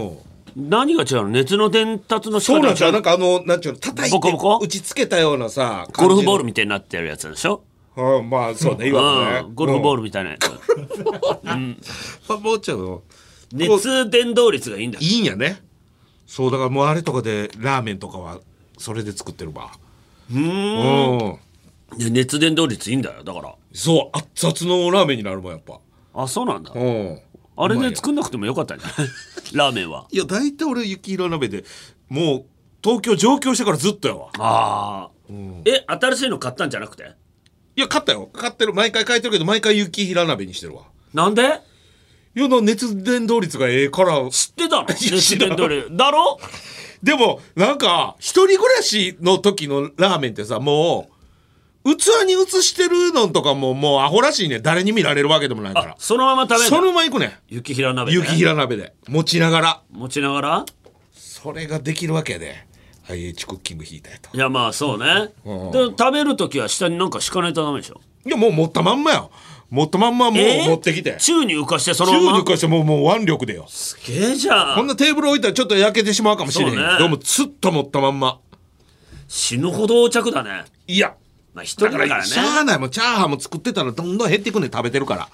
Speaker 1: 何が違うの熱の伝達の仕
Speaker 2: そう
Speaker 1: 方
Speaker 2: な
Speaker 1: が
Speaker 2: んちゃ
Speaker 1: 違
Speaker 2: う
Speaker 1: う
Speaker 2: なんかあの、なんちゅうの、叩いて
Speaker 1: ボコボコ
Speaker 2: 打ちつけたようなさ、
Speaker 1: ゴルフボール
Speaker 2: み
Speaker 1: みたいになってるやつでしょ、
Speaker 2: たいな。うん、まあそうね、いわゆる
Speaker 1: う
Speaker 2: ね。
Speaker 1: ん、ゴルフボール
Speaker 2: ル。
Speaker 1: みたいなやつ、
Speaker 2: まあもうちょいの
Speaker 1: 熱伝導率がいいんだ
Speaker 2: いいんやね。そう、だからもうあれとかで、ラーメンとかは、それで作ってるわ。うん。
Speaker 1: いや熱伝導率いいんだよだから
Speaker 2: そう、熱々のラーメンになるもん、やっぱ。
Speaker 1: ああそうなんだあれで作んなくてもよかった んじゃないラーメンはい
Speaker 2: や大体俺雪色鍋でもう東京上京してからずっとやわ
Speaker 1: ああ、え新しいの買ったんじゃなくて
Speaker 2: いや買ったよ買ってる毎回買えてるけど毎回雪平鍋にしてるわ
Speaker 1: なんで
Speaker 2: いやな熱伝導率がええから
Speaker 1: 知って たの熱伝導率だろ
Speaker 2: でもなんか一人暮らしの時のラーメンってさもう器に移してるのとかももうアホらしいね誰に見られるわけでもないから
Speaker 1: そのまま食べる
Speaker 2: そのまま行くね
Speaker 1: 雪平鍋、ね、
Speaker 2: 雪平鍋で持ちながら
Speaker 1: 持ちながら
Speaker 2: それができるわけやで IH クッキング引いたやと
Speaker 1: いやまあそうね、
Speaker 2: うん
Speaker 1: で食べる時は下になんか敷かないとダメでしょ
Speaker 2: いやもう持ったまんまよ持ったまんまもう
Speaker 1: えー
Speaker 2: 持ってきて、
Speaker 1: 宙に浮かしてその
Speaker 2: 宙
Speaker 1: まま
Speaker 2: に浮かしてもうもう腕力でよ
Speaker 1: すげえじゃん
Speaker 2: こんなテーブル置いたらちょっと焼けてしまうかもしれへん
Speaker 1: そうね
Speaker 2: でもつっと持ったまんま
Speaker 1: 死ぬほど横着だね
Speaker 2: いや
Speaker 1: まあ一人
Speaker 2: だ
Speaker 1: だか
Speaker 2: か
Speaker 1: ららね
Speaker 2: しゃあないもんチャーハンも作ってたらどんどん減っていくねん食べてるから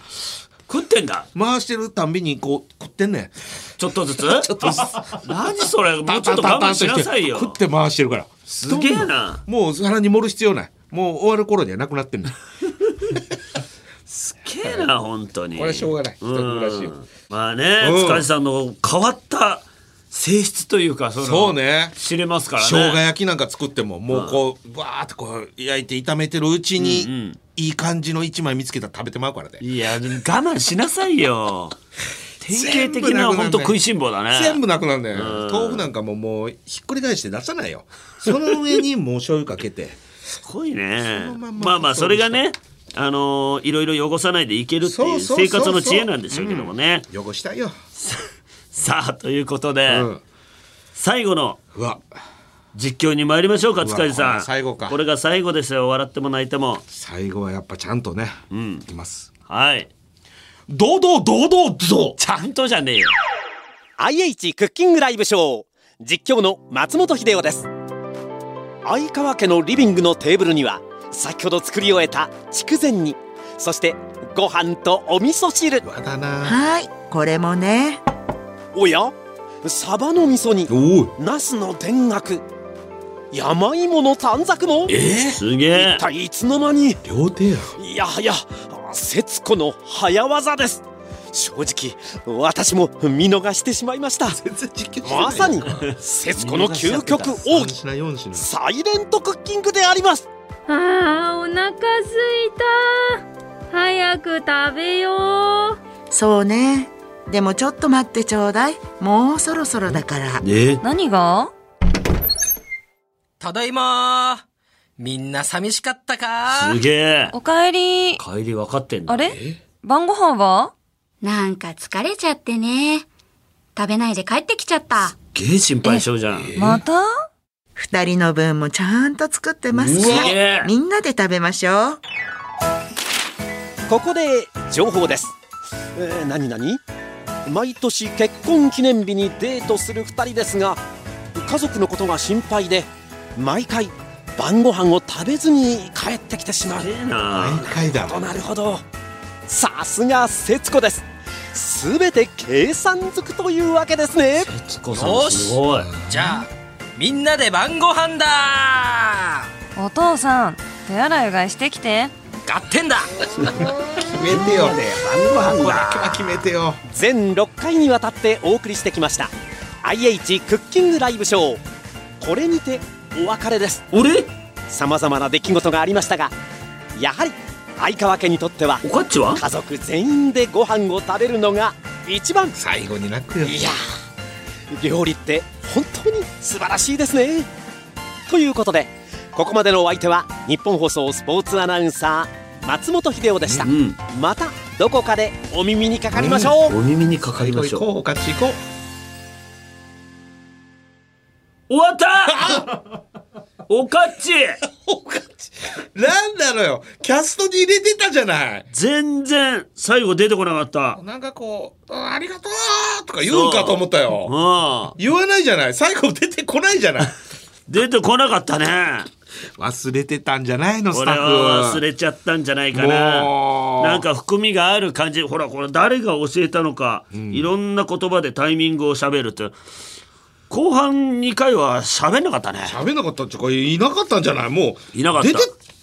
Speaker 1: 食ってんだ
Speaker 2: 回してるたんびにこう食ってんねん
Speaker 1: ちょっと ずつちょっとずつ 何それもうちょっと我慢しなさいよ
Speaker 2: 食って回してるから
Speaker 1: すげえな
Speaker 2: もう皿に盛る必要ないもう終わる頃にはなくなってんねん
Speaker 1: すげえな本当に
Speaker 2: これしょうがない一人暮らしよ
Speaker 1: うんまあね
Speaker 2: うん
Speaker 1: 塚地さんの変わった性質というかその
Speaker 2: そうね
Speaker 1: 知れますからね
Speaker 2: 生姜焼きなんか作ってももうこうわーってこう焼いて炒めてるうちに、いい感じの一枚見つけたら食べてまうからね
Speaker 1: いやでも我慢しなさい よ典型的な
Speaker 2: 全部くる
Speaker 1: 本当食いしん坊だね
Speaker 2: 全部なくなるんだよ豆腐なんかももうひっくり返して出さないよその上にもう醤油かけて
Speaker 1: すごいね
Speaker 2: のまんま
Speaker 1: まあまあそれがねあのーいろいろ汚さないでいけるって
Speaker 2: そ
Speaker 1: いうう
Speaker 2: そうそう
Speaker 1: 生
Speaker 2: そう
Speaker 1: 活の知恵なんでしょうけどもね
Speaker 2: 汚したいよ
Speaker 1: さあということで、
Speaker 2: うん
Speaker 1: 最後の
Speaker 2: うわ
Speaker 1: 実況に参りましょうか
Speaker 2: うわ
Speaker 1: 塚地
Speaker 2: こ
Speaker 1: さん
Speaker 2: れ最後か
Speaker 1: これが最後ですよ笑っても泣いても
Speaker 2: 最後はやっぱちゃんとね、いきます
Speaker 1: はい
Speaker 2: 堂々堂々ぞ
Speaker 1: ちゃんとじゃねえよ
Speaker 6: IH クッキングライブショー実況の松本秀夫です相川家のリビングのテーブルには先ほど作り終えた筑前煮そしてご飯とお味噌汁
Speaker 2: わだな
Speaker 10: はいこれもね
Speaker 6: おやサバの味噌煮
Speaker 2: おい
Speaker 6: ナスの田楽山芋の短冊も
Speaker 2: え
Speaker 1: すげえ
Speaker 6: 一体いつの間に
Speaker 2: 両手や
Speaker 6: いやはや節子の早技です正直私も見逃してしまいました
Speaker 2: 全然実況してない
Speaker 6: まさに節子の究極奥義
Speaker 2: しないようにしない
Speaker 6: サイレントクッキングであります
Speaker 9: あーお腹すいた早く食べよう
Speaker 10: そうねでもちょっと待ってちょうだいもうそろそろだから
Speaker 1: え
Speaker 11: 何が
Speaker 7: ただいまーみんな寂しかったか
Speaker 1: すげえ
Speaker 11: おかえり。
Speaker 1: 帰り分かってんだ
Speaker 11: あれ晩ご飯は
Speaker 8: なんか疲れちゃってね。食べないで帰ってきちゃった。
Speaker 1: すげえ心配性じゃん
Speaker 11: また
Speaker 10: 二人の分もちゃんと作ってます
Speaker 1: うわえ
Speaker 10: みんなで食べましょう
Speaker 6: ここで情報です、えー、何何毎年結婚記念日にデートする2人ですが家族のことが心配で毎回晩ご飯を食べずに帰ってきてしまう
Speaker 1: すげえな
Speaker 2: 毎回だ
Speaker 6: となるほどさすが節子です全て計算づくというわけですね
Speaker 1: 徹子さんすごい
Speaker 7: じゃあみんなで晩ご飯だ
Speaker 11: お父さん、手洗いうがいしてきて。
Speaker 7: ー合点だ
Speaker 2: 決めてよ晩ご飯だけは決めてよ
Speaker 6: 全6回にわたってお送りしてきました IH クッキングライブショーこれにてお別れです
Speaker 1: 俺
Speaker 6: さまざまな出来事がありましたがやはり相川家にとっては
Speaker 1: おかっちは
Speaker 6: 家族全員でご飯を食べるのが一番
Speaker 2: 最後に泣くよ
Speaker 6: いやー料理って本当に素晴らしいですねということでここまでのお相手は日本放送スポーツアナウンサー松本秀夫でした、
Speaker 1: うん
Speaker 6: またどこかでお耳にかかりましょう、
Speaker 1: お耳にかかりまし
Speaker 2: 行
Speaker 1: ょう
Speaker 2: こうおかち行こう
Speaker 1: 終わったおかっち
Speaker 2: おかちなんだろうよキャストに入れてたじゃない
Speaker 1: 全然最後出てこなかった
Speaker 2: なんかこう「あありがとう!」とか言うんかと思ったよ
Speaker 1: うん
Speaker 2: 言わないじゃない最後出てこないじゃない
Speaker 1: 出てこなかったね
Speaker 2: 忘れてたんじゃないの
Speaker 1: これは忘れちゃったんじゃないか
Speaker 2: も
Speaker 1: な
Speaker 2: う
Speaker 1: なんか含みがある感じほらこれ誰が教えたのか、いろんな言葉でタイミングを喋るって後半2回は喋んなかったね
Speaker 2: 喋んなかったっちゅうかいなかったんじゃないもう
Speaker 1: いなかった
Speaker 2: 出て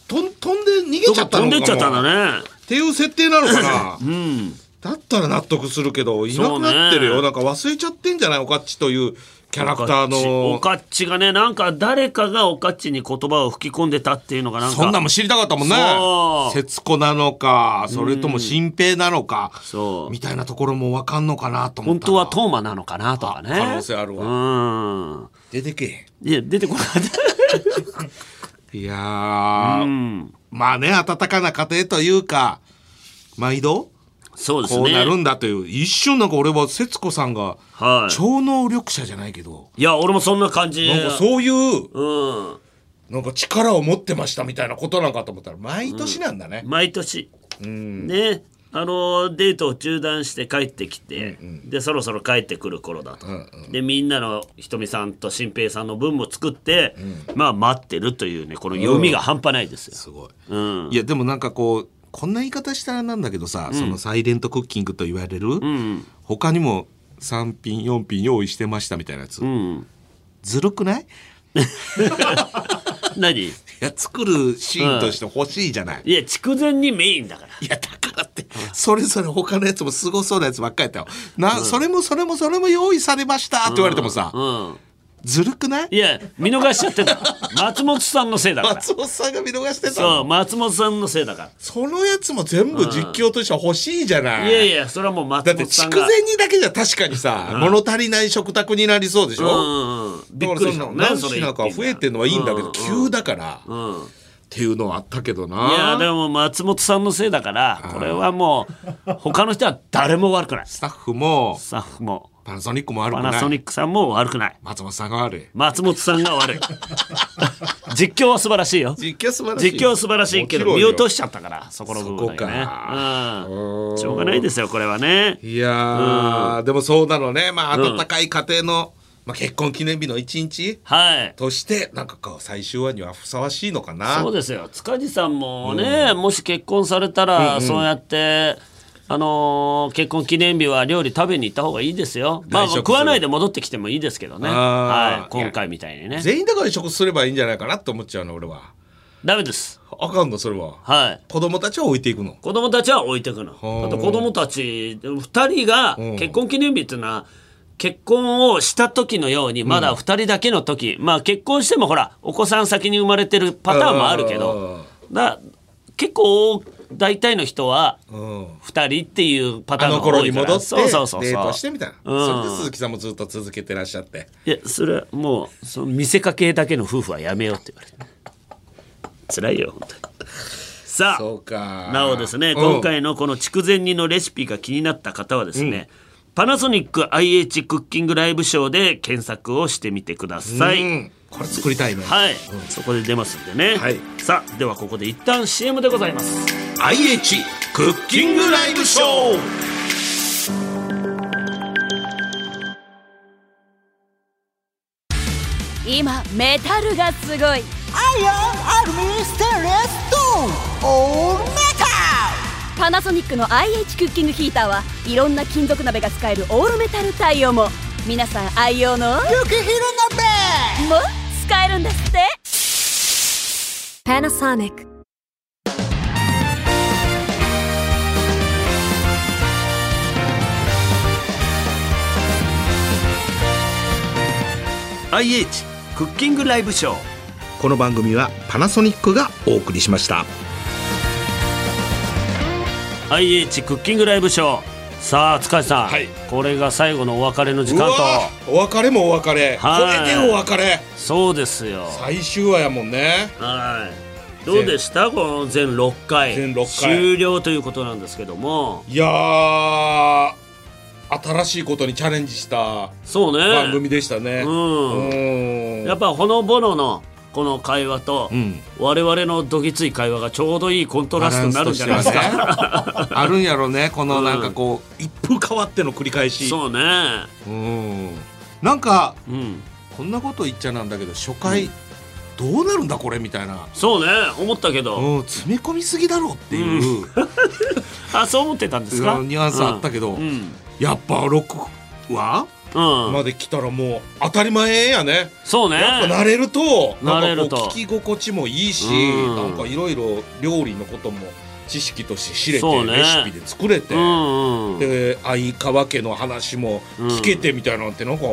Speaker 2: とん飛んで逃げちゃった
Speaker 1: 飛ん
Speaker 2: のかも
Speaker 1: でっちゃったんだね
Speaker 2: っていう設定なのかな
Speaker 1: うん
Speaker 2: だったら納得するけどいなくなってるよ、
Speaker 1: そうね
Speaker 2: なんか忘れちゃってんじゃないおかっちというキャラクター
Speaker 1: お
Speaker 2: の
Speaker 1: かっちがねなんか誰かがおかっちに言葉を吹き込んでたっていうのがなんか
Speaker 2: そんなんも知りたかったもんね
Speaker 1: そう
Speaker 2: 節子なのかそれとも新平なのか、
Speaker 1: そう
Speaker 2: みたいなところも分かんのかなと思っ
Speaker 1: 本
Speaker 2: た
Speaker 1: 当はトーマなのかなとかね
Speaker 2: 可能性あるわ
Speaker 1: うん
Speaker 2: 出てけ
Speaker 1: いや出てこなかった
Speaker 2: いやー、まあね温かな家庭というか毎度
Speaker 1: そうですね
Speaker 2: こうなるんだという一瞬なんか俺は節子さんが
Speaker 1: はい
Speaker 2: 超能力者じゃないけど、
Speaker 1: いや俺もそんな感じ
Speaker 2: なんかそういう、
Speaker 1: うん
Speaker 2: なんか力を持ってましたみたいなことなんかと思ったら毎年なんだね、
Speaker 1: 毎年、ねあのデートを中断して帰ってきて、でそろそろ帰ってくる頃だと、でみんなのひとみさんと新平さんの分も作って、まあ待ってるというねこの読みが半端ないですよ、すごい、うん、
Speaker 2: いやでもなんかこうこんな言い方したらなんだけどさ、
Speaker 1: うん
Speaker 2: そのサイレントクッキングと言われる、他にも3品4品用意してましたみたいなやつ、ずるくない
Speaker 1: 何い
Speaker 2: や作るシーンとして欲しいじゃない、
Speaker 1: いや筑前にメインだから
Speaker 2: いやだからってそれぞれ他のやつもすごそうなやつばっかりやったよな、それもそれもそれも用意されましたって言われてもさ、
Speaker 1: うん
Speaker 2: ずるくない
Speaker 1: いや見逃しちゃってた松本さんのせいだから
Speaker 2: 松本さんが見逃してた
Speaker 1: そう
Speaker 2: の
Speaker 1: 松本さんのせいだから
Speaker 2: そのやつも全部実況として欲しいじゃない、
Speaker 1: いやいやそれはもう松
Speaker 2: だって
Speaker 1: 本さん
Speaker 2: 筑
Speaker 1: が
Speaker 2: 前煮だけじゃ確かにさ、物足りない食卓になりそうでしょ、
Speaker 1: うんうんうんびっくりしたもんね
Speaker 2: だからそ
Speaker 1: そ
Speaker 2: の
Speaker 1: れ
Speaker 2: 何
Speaker 1: 言っ
Speaker 2: 品
Speaker 1: て
Speaker 2: か増えてんのはいいんだけど、急だから、っていうのはあったけどない
Speaker 1: やでも松本さんのせいだからこれはもう他の人は誰も悪くないス
Speaker 2: タッフも
Speaker 1: スタッフも
Speaker 2: パナソニックも悪
Speaker 1: パ
Speaker 2: くな
Speaker 1: ナソニ
Speaker 2: い
Speaker 1: ックさんも悪くない
Speaker 2: 松本さんが悪い
Speaker 1: 松本さんが悪い実況は素晴らしいよ
Speaker 2: 実況素晴らしい
Speaker 1: 実況は素晴らしいけど
Speaker 2: もち
Speaker 1: 見
Speaker 2: ろんよ
Speaker 1: 落としちゃったからそこの部分だけねうんしょうがないですよこれはね
Speaker 2: いやー、でもそうなのねまあ
Speaker 1: うん
Speaker 2: 温かい家庭の、まあ、結婚記念日の一日
Speaker 1: はい
Speaker 2: としてなんかこう最終話にはふさわしいのかな
Speaker 1: そうですよ塚地さんもね、もし結婚されたら、
Speaker 2: うんうん
Speaker 1: そうやってあのー結婚記念日は料理食べに行った方がいいですよまあ
Speaker 2: 外食する
Speaker 1: 食わないで戻ってきてもいいですけどね
Speaker 2: あー
Speaker 1: はい今回みたいにね
Speaker 2: 全員だから移植すればいいんじゃないかなって思っちゃうの俺は
Speaker 1: ダメです
Speaker 2: あかんのそれは
Speaker 1: はい
Speaker 2: 子供たちは置いていくの
Speaker 1: 子供たちは置いてくの
Speaker 2: ー
Speaker 1: あと子供たち2人が
Speaker 2: うん
Speaker 1: 結婚記念日っていうのは結婚をした時のようにまだ2人だけの時、まあ結婚してもほらお子さん先に生まれてるパターンもあるけどだ結構大体の人は
Speaker 2: うん
Speaker 1: 2人っていうパタ
Speaker 2: あ
Speaker 1: ーン
Speaker 2: の
Speaker 1: が多
Speaker 2: 頃に
Speaker 1: いか
Speaker 2: 戻
Speaker 1: ら
Speaker 2: って
Speaker 1: そうそうそうそう
Speaker 2: デートしてみたいな、
Speaker 1: うん
Speaker 2: それで鈴木さんもずっと続けてらっしゃって
Speaker 1: いやそれはもうその見せかけだけの夫婦はやめようって言われて辛いよ本当にさあ
Speaker 2: そうか
Speaker 1: なおですね
Speaker 2: うん
Speaker 1: 今回のこの筑前煮のレシピが気になった方はですね、パナソニック IH クッキングライブショーで検索をしてみてください、
Speaker 2: うんこれ作りたいね
Speaker 1: はい、そこで出ますんでね、さあではここで一旦 CM でございます
Speaker 2: IH クッキングライブショー
Speaker 3: 今メタルがすごい
Speaker 12: I am Army Stainless Stone All Metal
Speaker 3: パナソニックの IH クッキングヒーターはいろんな金属鍋が使えるオールメタル対応も皆さん愛用の雪広鍋も使えるんですって
Speaker 5: Panasonic
Speaker 2: ー IH クッキングライブショーこの番組はパナソニックがお送りしました
Speaker 1: IH クッキングライブショーさあ塚地さん、これが最後のお別れの時間と
Speaker 2: うわお別れもお別れこ
Speaker 1: はい
Speaker 2: れでお別れ
Speaker 1: そうですよ
Speaker 2: 最終話やもんね
Speaker 1: はいどうでしたこの全6回
Speaker 2: 全六回
Speaker 1: 終了ということなんですけども
Speaker 2: いやー新しいことにチャレンジした
Speaker 1: そうね
Speaker 2: 番組でしたね
Speaker 1: うん
Speaker 2: うん
Speaker 1: やっぱほのぼののこの会話と、我々のどぎつい会話がちょうどいいコントラストになるんじゃないです
Speaker 2: バランスと
Speaker 1: か。
Speaker 2: してはねあるんやろねこのなんかこう、一風変わっての繰り返し
Speaker 1: そうね。
Speaker 2: うんなんか、
Speaker 1: うん、
Speaker 2: こんなこと言っちゃなんだけど初回、どうなるんだこれみたいな、
Speaker 1: そうね思ったけど、
Speaker 2: うん、詰め込みすぎだろっていう、
Speaker 1: あそう思ってたんですか
Speaker 2: うんニュアンスあったけど
Speaker 1: うんうん
Speaker 2: やっぱ6話、まで来たらもう当たり前やね
Speaker 1: そうね
Speaker 2: やっぱ慣れると
Speaker 1: 慣れると
Speaker 2: なんかこう聞き心地もいいし、
Speaker 1: うん
Speaker 2: なんかいろいろ料理のことも知識として知れて、
Speaker 1: そうね
Speaker 2: レシピで作れて、
Speaker 1: うんうん
Speaker 2: で相川家の話も聞けてみたいなのってなんか、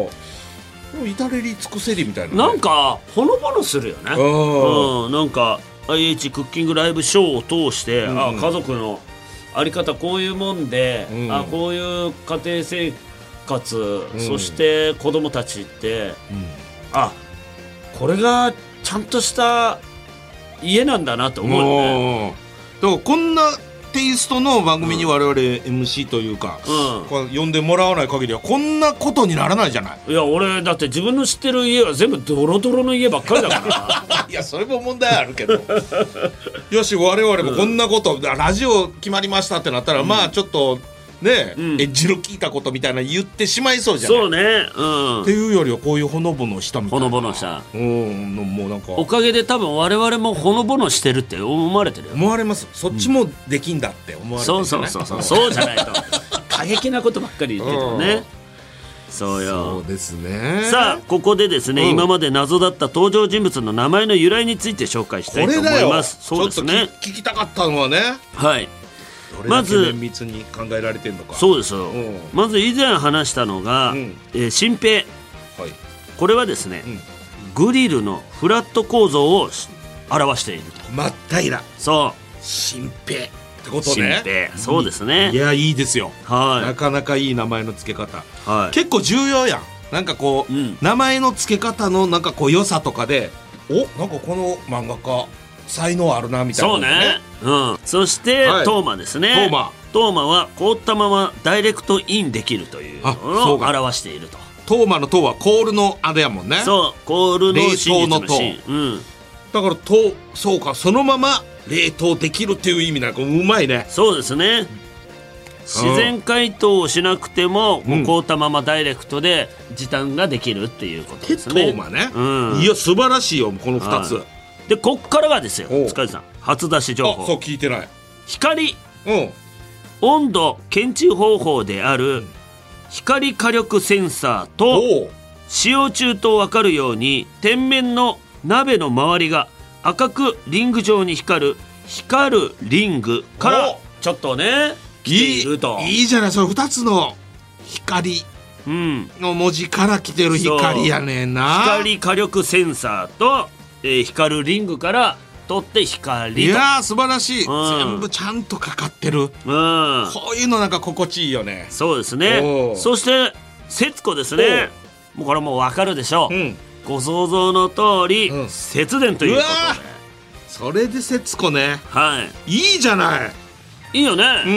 Speaker 2: 至れり尽くせりみたいな、
Speaker 1: なんかほのぼのするよね
Speaker 2: うん
Speaker 1: うん、なんか IH クッキングライブショーを通して、
Speaker 2: うん
Speaker 1: あ家族のあり方こういうもんで、あこういう家庭生活、
Speaker 2: うん
Speaker 1: そして子供たちって、あこれがちゃんとした家なんだなって思うよね。
Speaker 2: だからこんなテイストの番組に我々 MC というか、こう呼んでもらわない限りはこんなことにならないじ ゃない
Speaker 1: いや俺だって自分の知ってる家は全部ドロドロの家ばっかりだから
Speaker 2: いやそれも問題あるけど よし我々もこんなこと、ラジオ決まりましたってなったら、まあちょっとね、エッジの効いたことみたいな言ってしまいそうじゃない
Speaker 1: そうね、うん、
Speaker 2: っていうよりはこういうほのぼのしたみたいなほのぼの
Speaker 1: した
Speaker 2: うんのもうなんか
Speaker 1: おかげで多分我々もほのぼのしてるって思われてるよ
Speaker 2: 思われますそっちもできんだって思われてる
Speaker 1: そ
Speaker 2: ん
Speaker 1: う
Speaker 2: じゃ
Speaker 1: そう
Speaker 2: ない
Speaker 1: そうそうそうじゃないと過激なことばっかり言ってたよねそうよ
Speaker 2: ですね
Speaker 1: さあここでですね、
Speaker 2: うん
Speaker 1: 今まで謎だった登場人物の名前の由来について紹介し
Speaker 2: こ
Speaker 1: たいと
Speaker 2: れ
Speaker 1: 思
Speaker 2: だ
Speaker 1: い
Speaker 2: よ
Speaker 1: ますそうですね
Speaker 2: ちょっと聞聞きたかったのはね
Speaker 1: はい
Speaker 2: どれ
Speaker 1: ま
Speaker 2: だけ
Speaker 1: ず
Speaker 2: 綿密に考えられてんのか
Speaker 1: そうですよ、まず以前話したのが、えー新兵、これはですね、グリルのフラット構造をし表していると
Speaker 2: 真っ平ら
Speaker 1: そう
Speaker 2: 新兵ってことね
Speaker 1: 新兵そうですね
Speaker 2: いやいいですよ
Speaker 1: はい
Speaker 2: なかなかいい名前の付け方
Speaker 1: はい
Speaker 2: 結構重要やんなんかこう、名前の付け方のなんかこう良さとかでおなんかこの漫画家才能あるなみたいな
Speaker 1: そう
Speaker 2: のね
Speaker 1: ね、うん、そして、
Speaker 2: はい
Speaker 1: トーマですね
Speaker 2: トーマ
Speaker 1: トーマは凍ったままダイレクトインできるという
Speaker 2: あ
Speaker 1: のを
Speaker 2: そうか
Speaker 1: 表していると
Speaker 2: トーマの塔はコールのあれやもんね
Speaker 1: そうコールの
Speaker 2: 冷
Speaker 1: 真実
Speaker 2: 凍
Speaker 1: の
Speaker 2: の塔
Speaker 1: 真
Speaker 2: だから塔そうかそのまま冷凍できるっていう意味なんかうまいね
Speaker 1: そうですね自然解凍をしなくても、もう凍ったままダイレクトで時短ができるっていうことです
Speaker 2: ト
Speaker 1: ね
Speaker 2: ーマね、
Speaker 1: うん
Speaker 2: いや素晴らしいよこの2つ、
Speaker 1: はいでこっからがですよ塚地さん初出し情報
Speaker 2: あそう聞いてない
Speaker 1: 光、
Speaker 2: うん、
Speaker 1: 温度検知方法である光火力センサーと使用中と分かるように天面の鍋の周りが赤くリング状に光る光るリングからちょっとね来ていると
Speaker 2: いいじゃないその2つの光の文字から来てる光やねんな
Speaker 1: そう光火力センサーと、えー光るリングから取って光と
Speaker 2: いやー素晴らし
Speaker 1: う
Speaker 2: い、
Speaker 1: ん
Speaker 2: 全部ちゃんとかかってる、
Speaker 1: うん
Speaker 2: こういうのなんか心地いいよね
Speaker 1: そうですね
Speaker 2: おう
Speaker 1: そして節子ですねもうこれもう分かるでしょう、ご想像の通り、節電という
Speaker 2: う
Speaker 1: こ
Speaker 2: わ
Speaker 1: と
Speaker 2: ーそれで節子ね
Speaker 1: はい
Speaker 2: いいじゃない
Speaker 1: いいよねう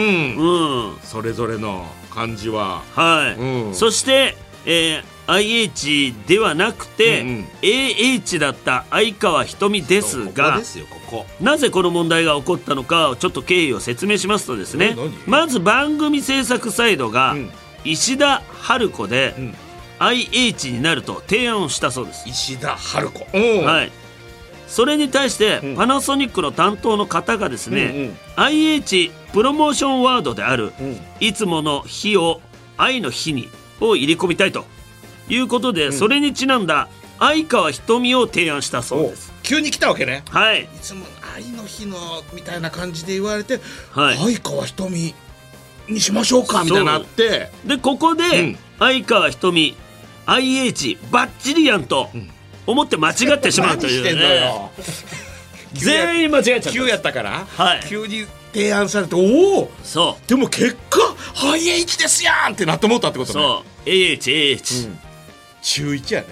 Speaker 1: ん、
Speaker 2: それぞれの感じは
Speaker 1: はい、
Speaker 2: ん
Speaker 1: そして、えー IH ではなくて、AH だった相川瞳ですがなぜこの問題が起こったのかをちょっと経緯を説明しますとですね
Speaker 2: え何
Speaker 1: まず番組制作サイドが、石田春子で、IH になると提案をしたそうです
Speaker 2: 石田春子
Speaker 1: はいそれに対して、パナソニックの担当の方がですね、
Speaker 2: うんうん
Speaker 1: IH プロモーションワードである、いつもの日を愛の日にを入れ込みたいということで、それにちなんだ相川瞳を提案したそうです
Speaker 2: 急に来たわけね
Speaker 1: はい
Speaker 2: いつも愛の日のみたいな感じで言われて
Speaker 1: はい
Speaker 2: 相川瞳にしましょうかみたいになって
Speaker 1: でここで、相川瞳 IH バッチリやんと思って間違ってしまうというね
Speaker 2: 何してんのよ
Speaker 1: 全員間違えちゃった
Speaker 2: 急やったから、
Speaker 1: はい、
Speaker 2: 急に提案されておお
Speaker 1: そう
Speaker 2: でも結果「ハイエイチですやん!」ってなってもうたってことね
Speaker 1: そう AHAH、
Speaker 2: 中1やね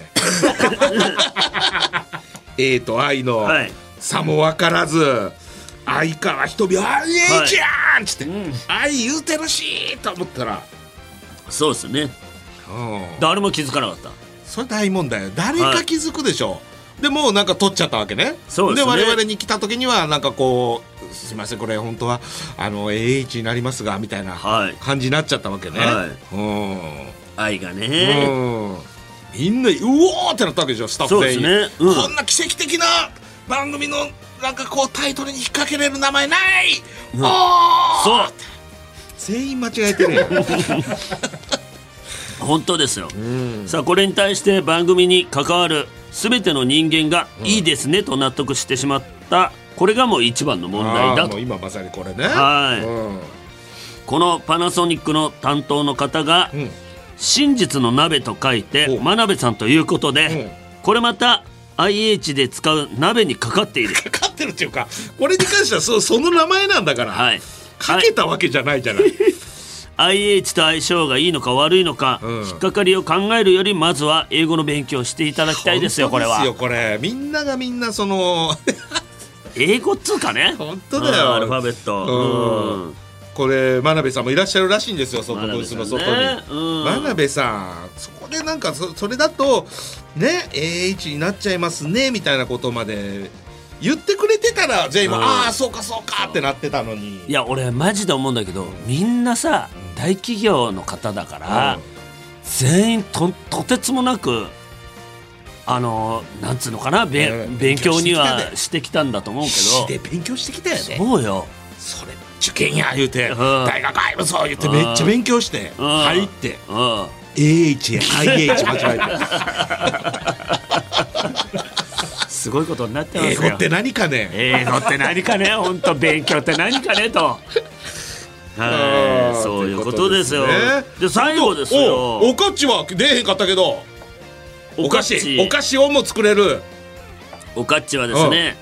Speaker 2: A と I の差も分からず相川瞳は「ハイエイチやん!」っつって「愛言うてるし!」と思ったら
Speaker 1: そうですね誰も気づかなかった
Speaker 2: それ大問題よ誰か気づくでしょでもうなんか取っちゃったわけね
Speaker 1: そうですね
Speaker 2: 我々に来た時にはなんかこう「すいませんこれ本当はあの AH になりますが」みたいな感じになっちゃったわけね、
Speaker 1: は
Speaker 2: うん
Speaker 1: 愛がね
Speaker 2: うんみんなうおーってなったわけでしょスタッフ全員
Speaker 1: そうですねうん
Speaker 2: こんな奇跡的な番組のなんかこうタイトルに引っ掛けれる名前ない、
Speaker 1: うん
Speaker 2: おー
Speaker 1: そう
Speaker 2: 全員間違えて るやん
Speaker 1: 本当ですよ、さあこれに対して番組に関わる全ての人間がいいですねと納得してしまったこれがもう一番の問題だ
Speaker 2: あーも
Speaker 1: と
Speaker 2: う今まさにこれね
Speaker 1: はい
Speaker 2: うん
Speaker 1: このパナソニックの担当の方が、真実の鍋と書いて真鍋さんということで、これまた IH で使う鍋にかかってい る
Speaker 2: かかってるっていうかこれに関してはそその名前なんだから、かけたわけじゃないじゃない
Speaker 1: IH と相性がいいのか悪いのか、引っかかりを考えるよりまずは英語の勉強をしていただきたいですよこれは
Speaker 2: 本当ですよこれみんながみんなその
Speaker 1: 英語っつうかね
Speaker 2: 本当だよ
Speaker 1: アルファベット、
Speaker 2: うんこれ真鍋さんもいらっしゃるらしいんですよそこブースの外に
Speaker 1: ねうん
Speaker 2: 真鍋さん,、そこでなんかそそれだとね AH になっちゃいますねみたいなことまで言ってくれてたら全員も、
Speaker 1: うん
Speaker 2: ああそうかそうかってなってたのに
Speaker 1: いや俺マジで思うんだけど、みんなさ大企業の方だから、全員ととてつもなくあのーなんつうのかな、べん勉強にはしてきたんだと思うけ
Speaker 2: で勉強してきたよね
Speaker 1: どそうよ
Speaker 2: それ受験や言うて、
Speaker 1: ん
Speaker 2: 大学入るぞ言ってめっちゃ勉強して、
Speaker 1: うん
Speaker 2: 入って、
Speaker 1: うん
Speaker 2: AH や IH 間違えて
Speaker 1: すごいことになってます
Speaker 2: 英
Speaker 1: よ
Speaker 2: 語って何かね
Speaker 1: 英語って何かね本当勉強って何かね と。はい、そういうことですよ。
Speaker 2: ということですね
Speaker 1: で最後ですよ。
Speaker 2: おお菓子は出えへんかったけどお菓子お菓子をも作れる
Speaker 1: おかっちはですね、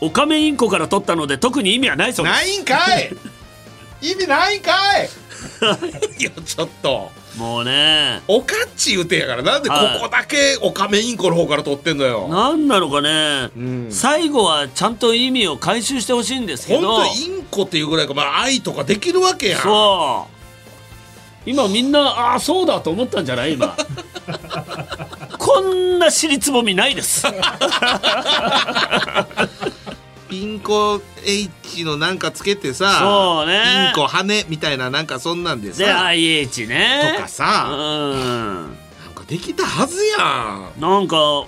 Speaker 1: オカメインコから取ったので特に意味はないそうです。
Speaker 2: ないんか い意味ないんかいいやちょっと
Speaker 1: もうね
Speaker 2: おかっち言うてんやからなんでこ
Speaker 1: はい
Speaker 2: こだけおかめインコの方から取ってんのよ
Speaker 1: なんなのかね、最後はちゃんと意味を回収してほしいんですけ
Speaker 2: ほん
Speaker 1: ど
Speaker 2: とインコっていうぐらいかまあ愛とかできるわけやん
Speaker 1: そう今みんなああそうだと思ったんじゃない 今こんな尻つぼみないです
Speaker 2: インコ H のなんかつけてさ
Speaker 1: そうね
Speaker 2: インコ羽みたいななんかそんなんでさ
Speaker 1: で IH ね
Speaker 2: とかさ
Speaker 1: うん
Speaker 2: なんかできたはずやん
Speaker 1: なんかお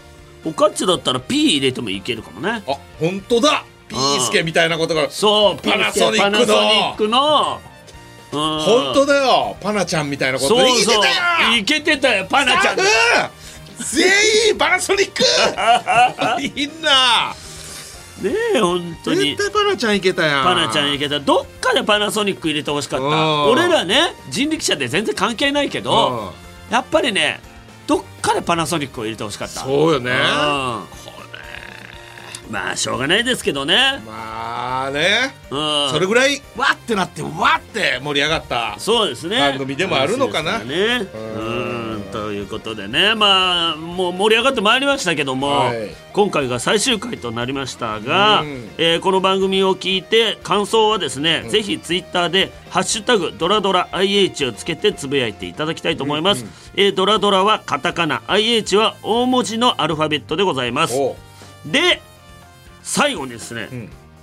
Speaker 1: かっちだったら P 入れてもいけるかもね
Speaker 2: あ本当だピースケみたいなことが
Speaker 1: そう
Speaker 2: パナソニック
Speaker 1: パナソニッ
Speaker 2: の
Speaker 1: クのうん
Speaker 2: 本当だよパナちゃんみたいなこと
Speaker 1: そう
Speaker 2: いけて
Speaker 1: そう
Speaker 2: たよ
Speaker 1: いけてたよパナちゃん
Speaker 2: スタッフ全員パナソニ ックみんな
Speaker 1: ねえ本当に
Speaker 2: 絶対パナちゃんいけたやん
Speaker 1: パナちゃんいけたどっかでパナソニック入れてほしかっ
Speaker 2: うん
Speaker 1: た俺らね人力車で全然関係ないけどやっぱりねどっかでパナソニックを入れてほしかった
Speaker 2: そうよね
Speaker 1: んまあしょうがないですけどね
Speaker 2: まあね
Speaker 1: うん
Speaker 2: それぐらいわってなってわって盛り上がった
Speaker 1: そうですね
Speaker 2: 番組でもあるのかな
Speaker 1: 話ですからねうんということでねまあもう盛り上がってまいりましたけども、
Speaker 2: はい
Speaker 1: 今回が最終回となりましたが、
Speaker 2: うん
Speaker 1: えーこの番組を聞いて感想はですね、ぜひツイッターで「ハッシュタグドラドラ IH」をつけてつぶやいていただきたいと思います、えードラドラはカタカナ IH は大文字のアルファベットでございますで最後にですね、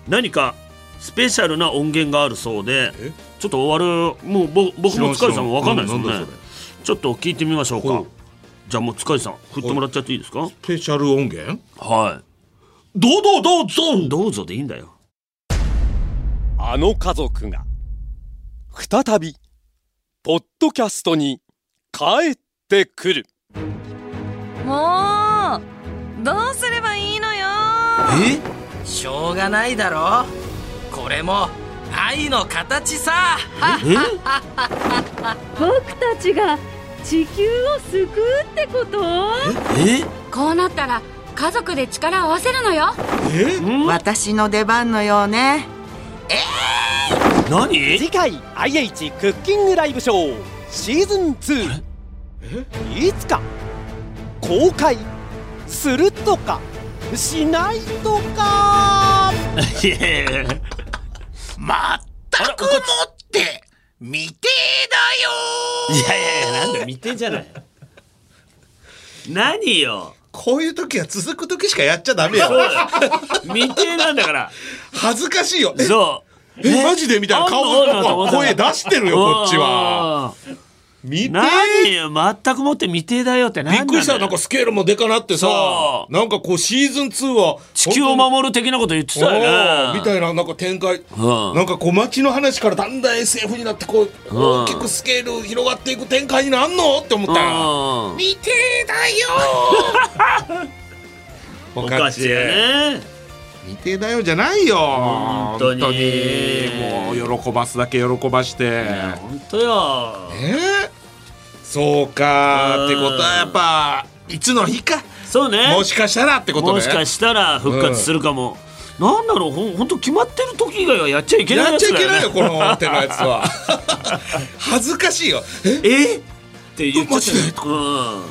Speaker 1: 何かスペシャルな音源があるそうでちょっと終わるもうぼ僕も塚地さんも分かんないですよ
Speaker 2: 知らん知らん
Speaker 1: ね
Speaker 2: うんなんだ
Speaker 1: ちょっと聞いてみましょうかじゃあもう塚地さん振ってもらっちゃっていいですか
Speaker 2: スペシャル音源
Speaker 1: はいどうぞどうぞどうぞでいいんだよ
Speaker 6: あの家族が再びポッドキャストに帰ってくる
Speaker 11: もうどうすればいいのよ
Speaker 7: えしょうがないだろこれも愛の形さ
Speaker 9: 僕たちが地球を救うってこと
Speaker 8: こうなったら家族で力を合わせるのよ
Speaker 10: 私の出番のようね
Speaker 1: 何
Speaker 6: 次回 IH クッキングライブショーシーズン2いつか公開するとかしないとか
Speaker 1: いやいやいや
Speaker 6: まったくもって
Speaker 12: 見て
Speaker 1: いやいやいやなんだ見てんじゃない何よ
Speaker 2: こういう時は続く時しかやっちゃダメよ
Speaker 1: そうよ未定なんだ から
Speaker 2: 恥ずかしいよえ
Speaker 1: そう
Speaker 2: えマジでみたいな顔
Speaker 1: あんのあんのと思った
Speaker 2: 声出してるよこっちは未定
Speaker 1: 何よ全くもって未定だよって何
Speaker 2: び
Speaker 1: な
Speaker 2: っ
Speaker 1: んだよ
Speaker 2: くりしたなんかスケールもでかなってさ
Speaker 1: そ
Speaker 2: なんかこうシーズン2は
Speaker 1: 地球を守る的なこと言ってた
Speaker 2: お
Speaker 1: よ
Speaker 2: ー
Speaker 1: ね
Speaker 2: みたいななんか展開、なんかこう街の話からだんだん SF になってこう、
Speaker 1: うん
Speaker 2: 大きくスケール広がっていく展開になんのって思ったら、
Speaker 1: うん
Speaker 2: 見てだよ
Speaker 1: おかしいよね
Speaker 2: 未定だよじゃないよ本
Speaker 1: 当に
Speaker 2: もう喜ばすだけ喜ばして
Speaker 1: 本当よ
Speaker 2: えそうかってことはやっぱいつの日か
Speaker 1: そうね
Speaker 2: もしかしたらってことね
Speaker 1: もしかしたら復活するかも、なんだろうほんほんと決まってる時以外はやっちゃいけない
Speaker 2: やっ
Speaker 1: や
Speaker 2: ちゃ
Speaker 1: つ
Speaker 2: い
Speaker 1: だ
Speaker 2: け
Speaker 1: よ、ね、
Speaker 2: ないよこの手のやつ は恥ずかしいよ
Speaker 1: ええって言っちゃったうん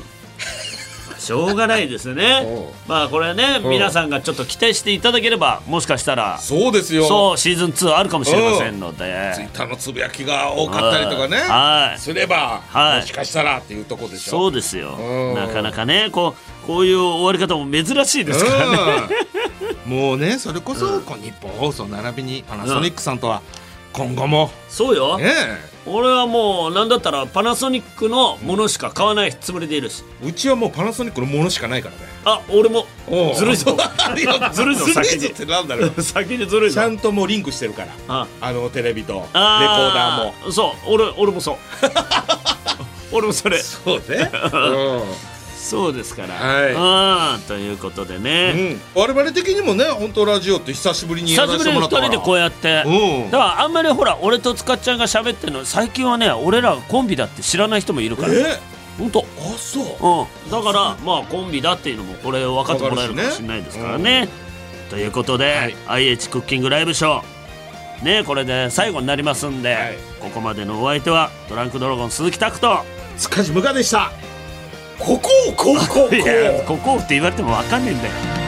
Speaker 1: しょうがないです ねまあこれはね
Speaker 2: うん
Speaker 1: 皆さんがちょっと期待していただければもしかしたら
Speaker 2: そうですよ
Speaker 1: そうシーズン2あるかもしれませんの
Speaker 2: ツイッ
Speaker 1: で
Speaker 2: ターのつぶやきが多かったりとかね
Speaker 1: うんはい
Speaker 2: すれば、
Speaker 1: はい
Speaker 2: もしかしたらっていうとこでしょ
Speaker 1: そうですよ
Speaker 2: うん
Speaker 1: なかなかねこうこういう終わり方も珍しいですからね
Speaker 2: うんもうねそれこそ、こう日本放送並びにパナソニックさんとは今後も、
Speaker 1: そうよ
Speaker 2: ね
Speaker 1: 俺はもうなんだったらパナソニックのものしか買わないつもりでいるし
Speaker 2: うちはもうパナソニックのものしかないからね
Speaker 1: あ俺も
Speaker 2: おう
Speaker 1: ずるいぞ ずるいぞ
Speaker 2: ずる
Speaker 1: 先
Speaker 2: いぞ
Speaker 1: に
Speaker 2: ってなんだろう
Speaker 1: 先にずるいぞ
Speaker 2: ちゃんともうリンクしてるから
Speaker 1: あ
Speaker 2: あのテレビとレコーダー
Speaker 1: あ
Speaker 2: も
Speaker 1: ーそう俺俺もそう 俺もそ れ
Speaker 2: そうね
Speaker 1: そうですから、うんということで
Speaker 2: うん
Speaker 1: ね、
Speaker 2: 我々的にもね本当ラジオって久しぶりにや
Speaker 1: 久
Speaker 2: ら
Speaker 1: しぶ
Speaker 2: せ
Speaker 1: り
Speaker 2: て
Speaker 1: に
Speaker 2: も
Speaker 1: 2
Speaker 2: らったから
Speaker 1: 人でこうやって、
Speaker 2: うん
Speaker 1: だからあんまりほら俺とつかっちゃんが喋ってるの最近はね俺らコンビだって知らない人もいるから
Speaker 2: え
Speaker 1: 本当
Speaker 2: あそ
Speaker 1: う
Speaker 2: う
Speaker 1: ん、だからまあコンビだっていうのもこれ分かってもらえるかもしれないですからね。ということで、IH クッキングライブショーねこれで最後になりますんで、ここまでのお相手はトランクドラゴン鈴木拓と
Speaker 2: 塚地無我でしたここをこうこうこう
Speaker 1: ここをって言われても分かんねえんだよ。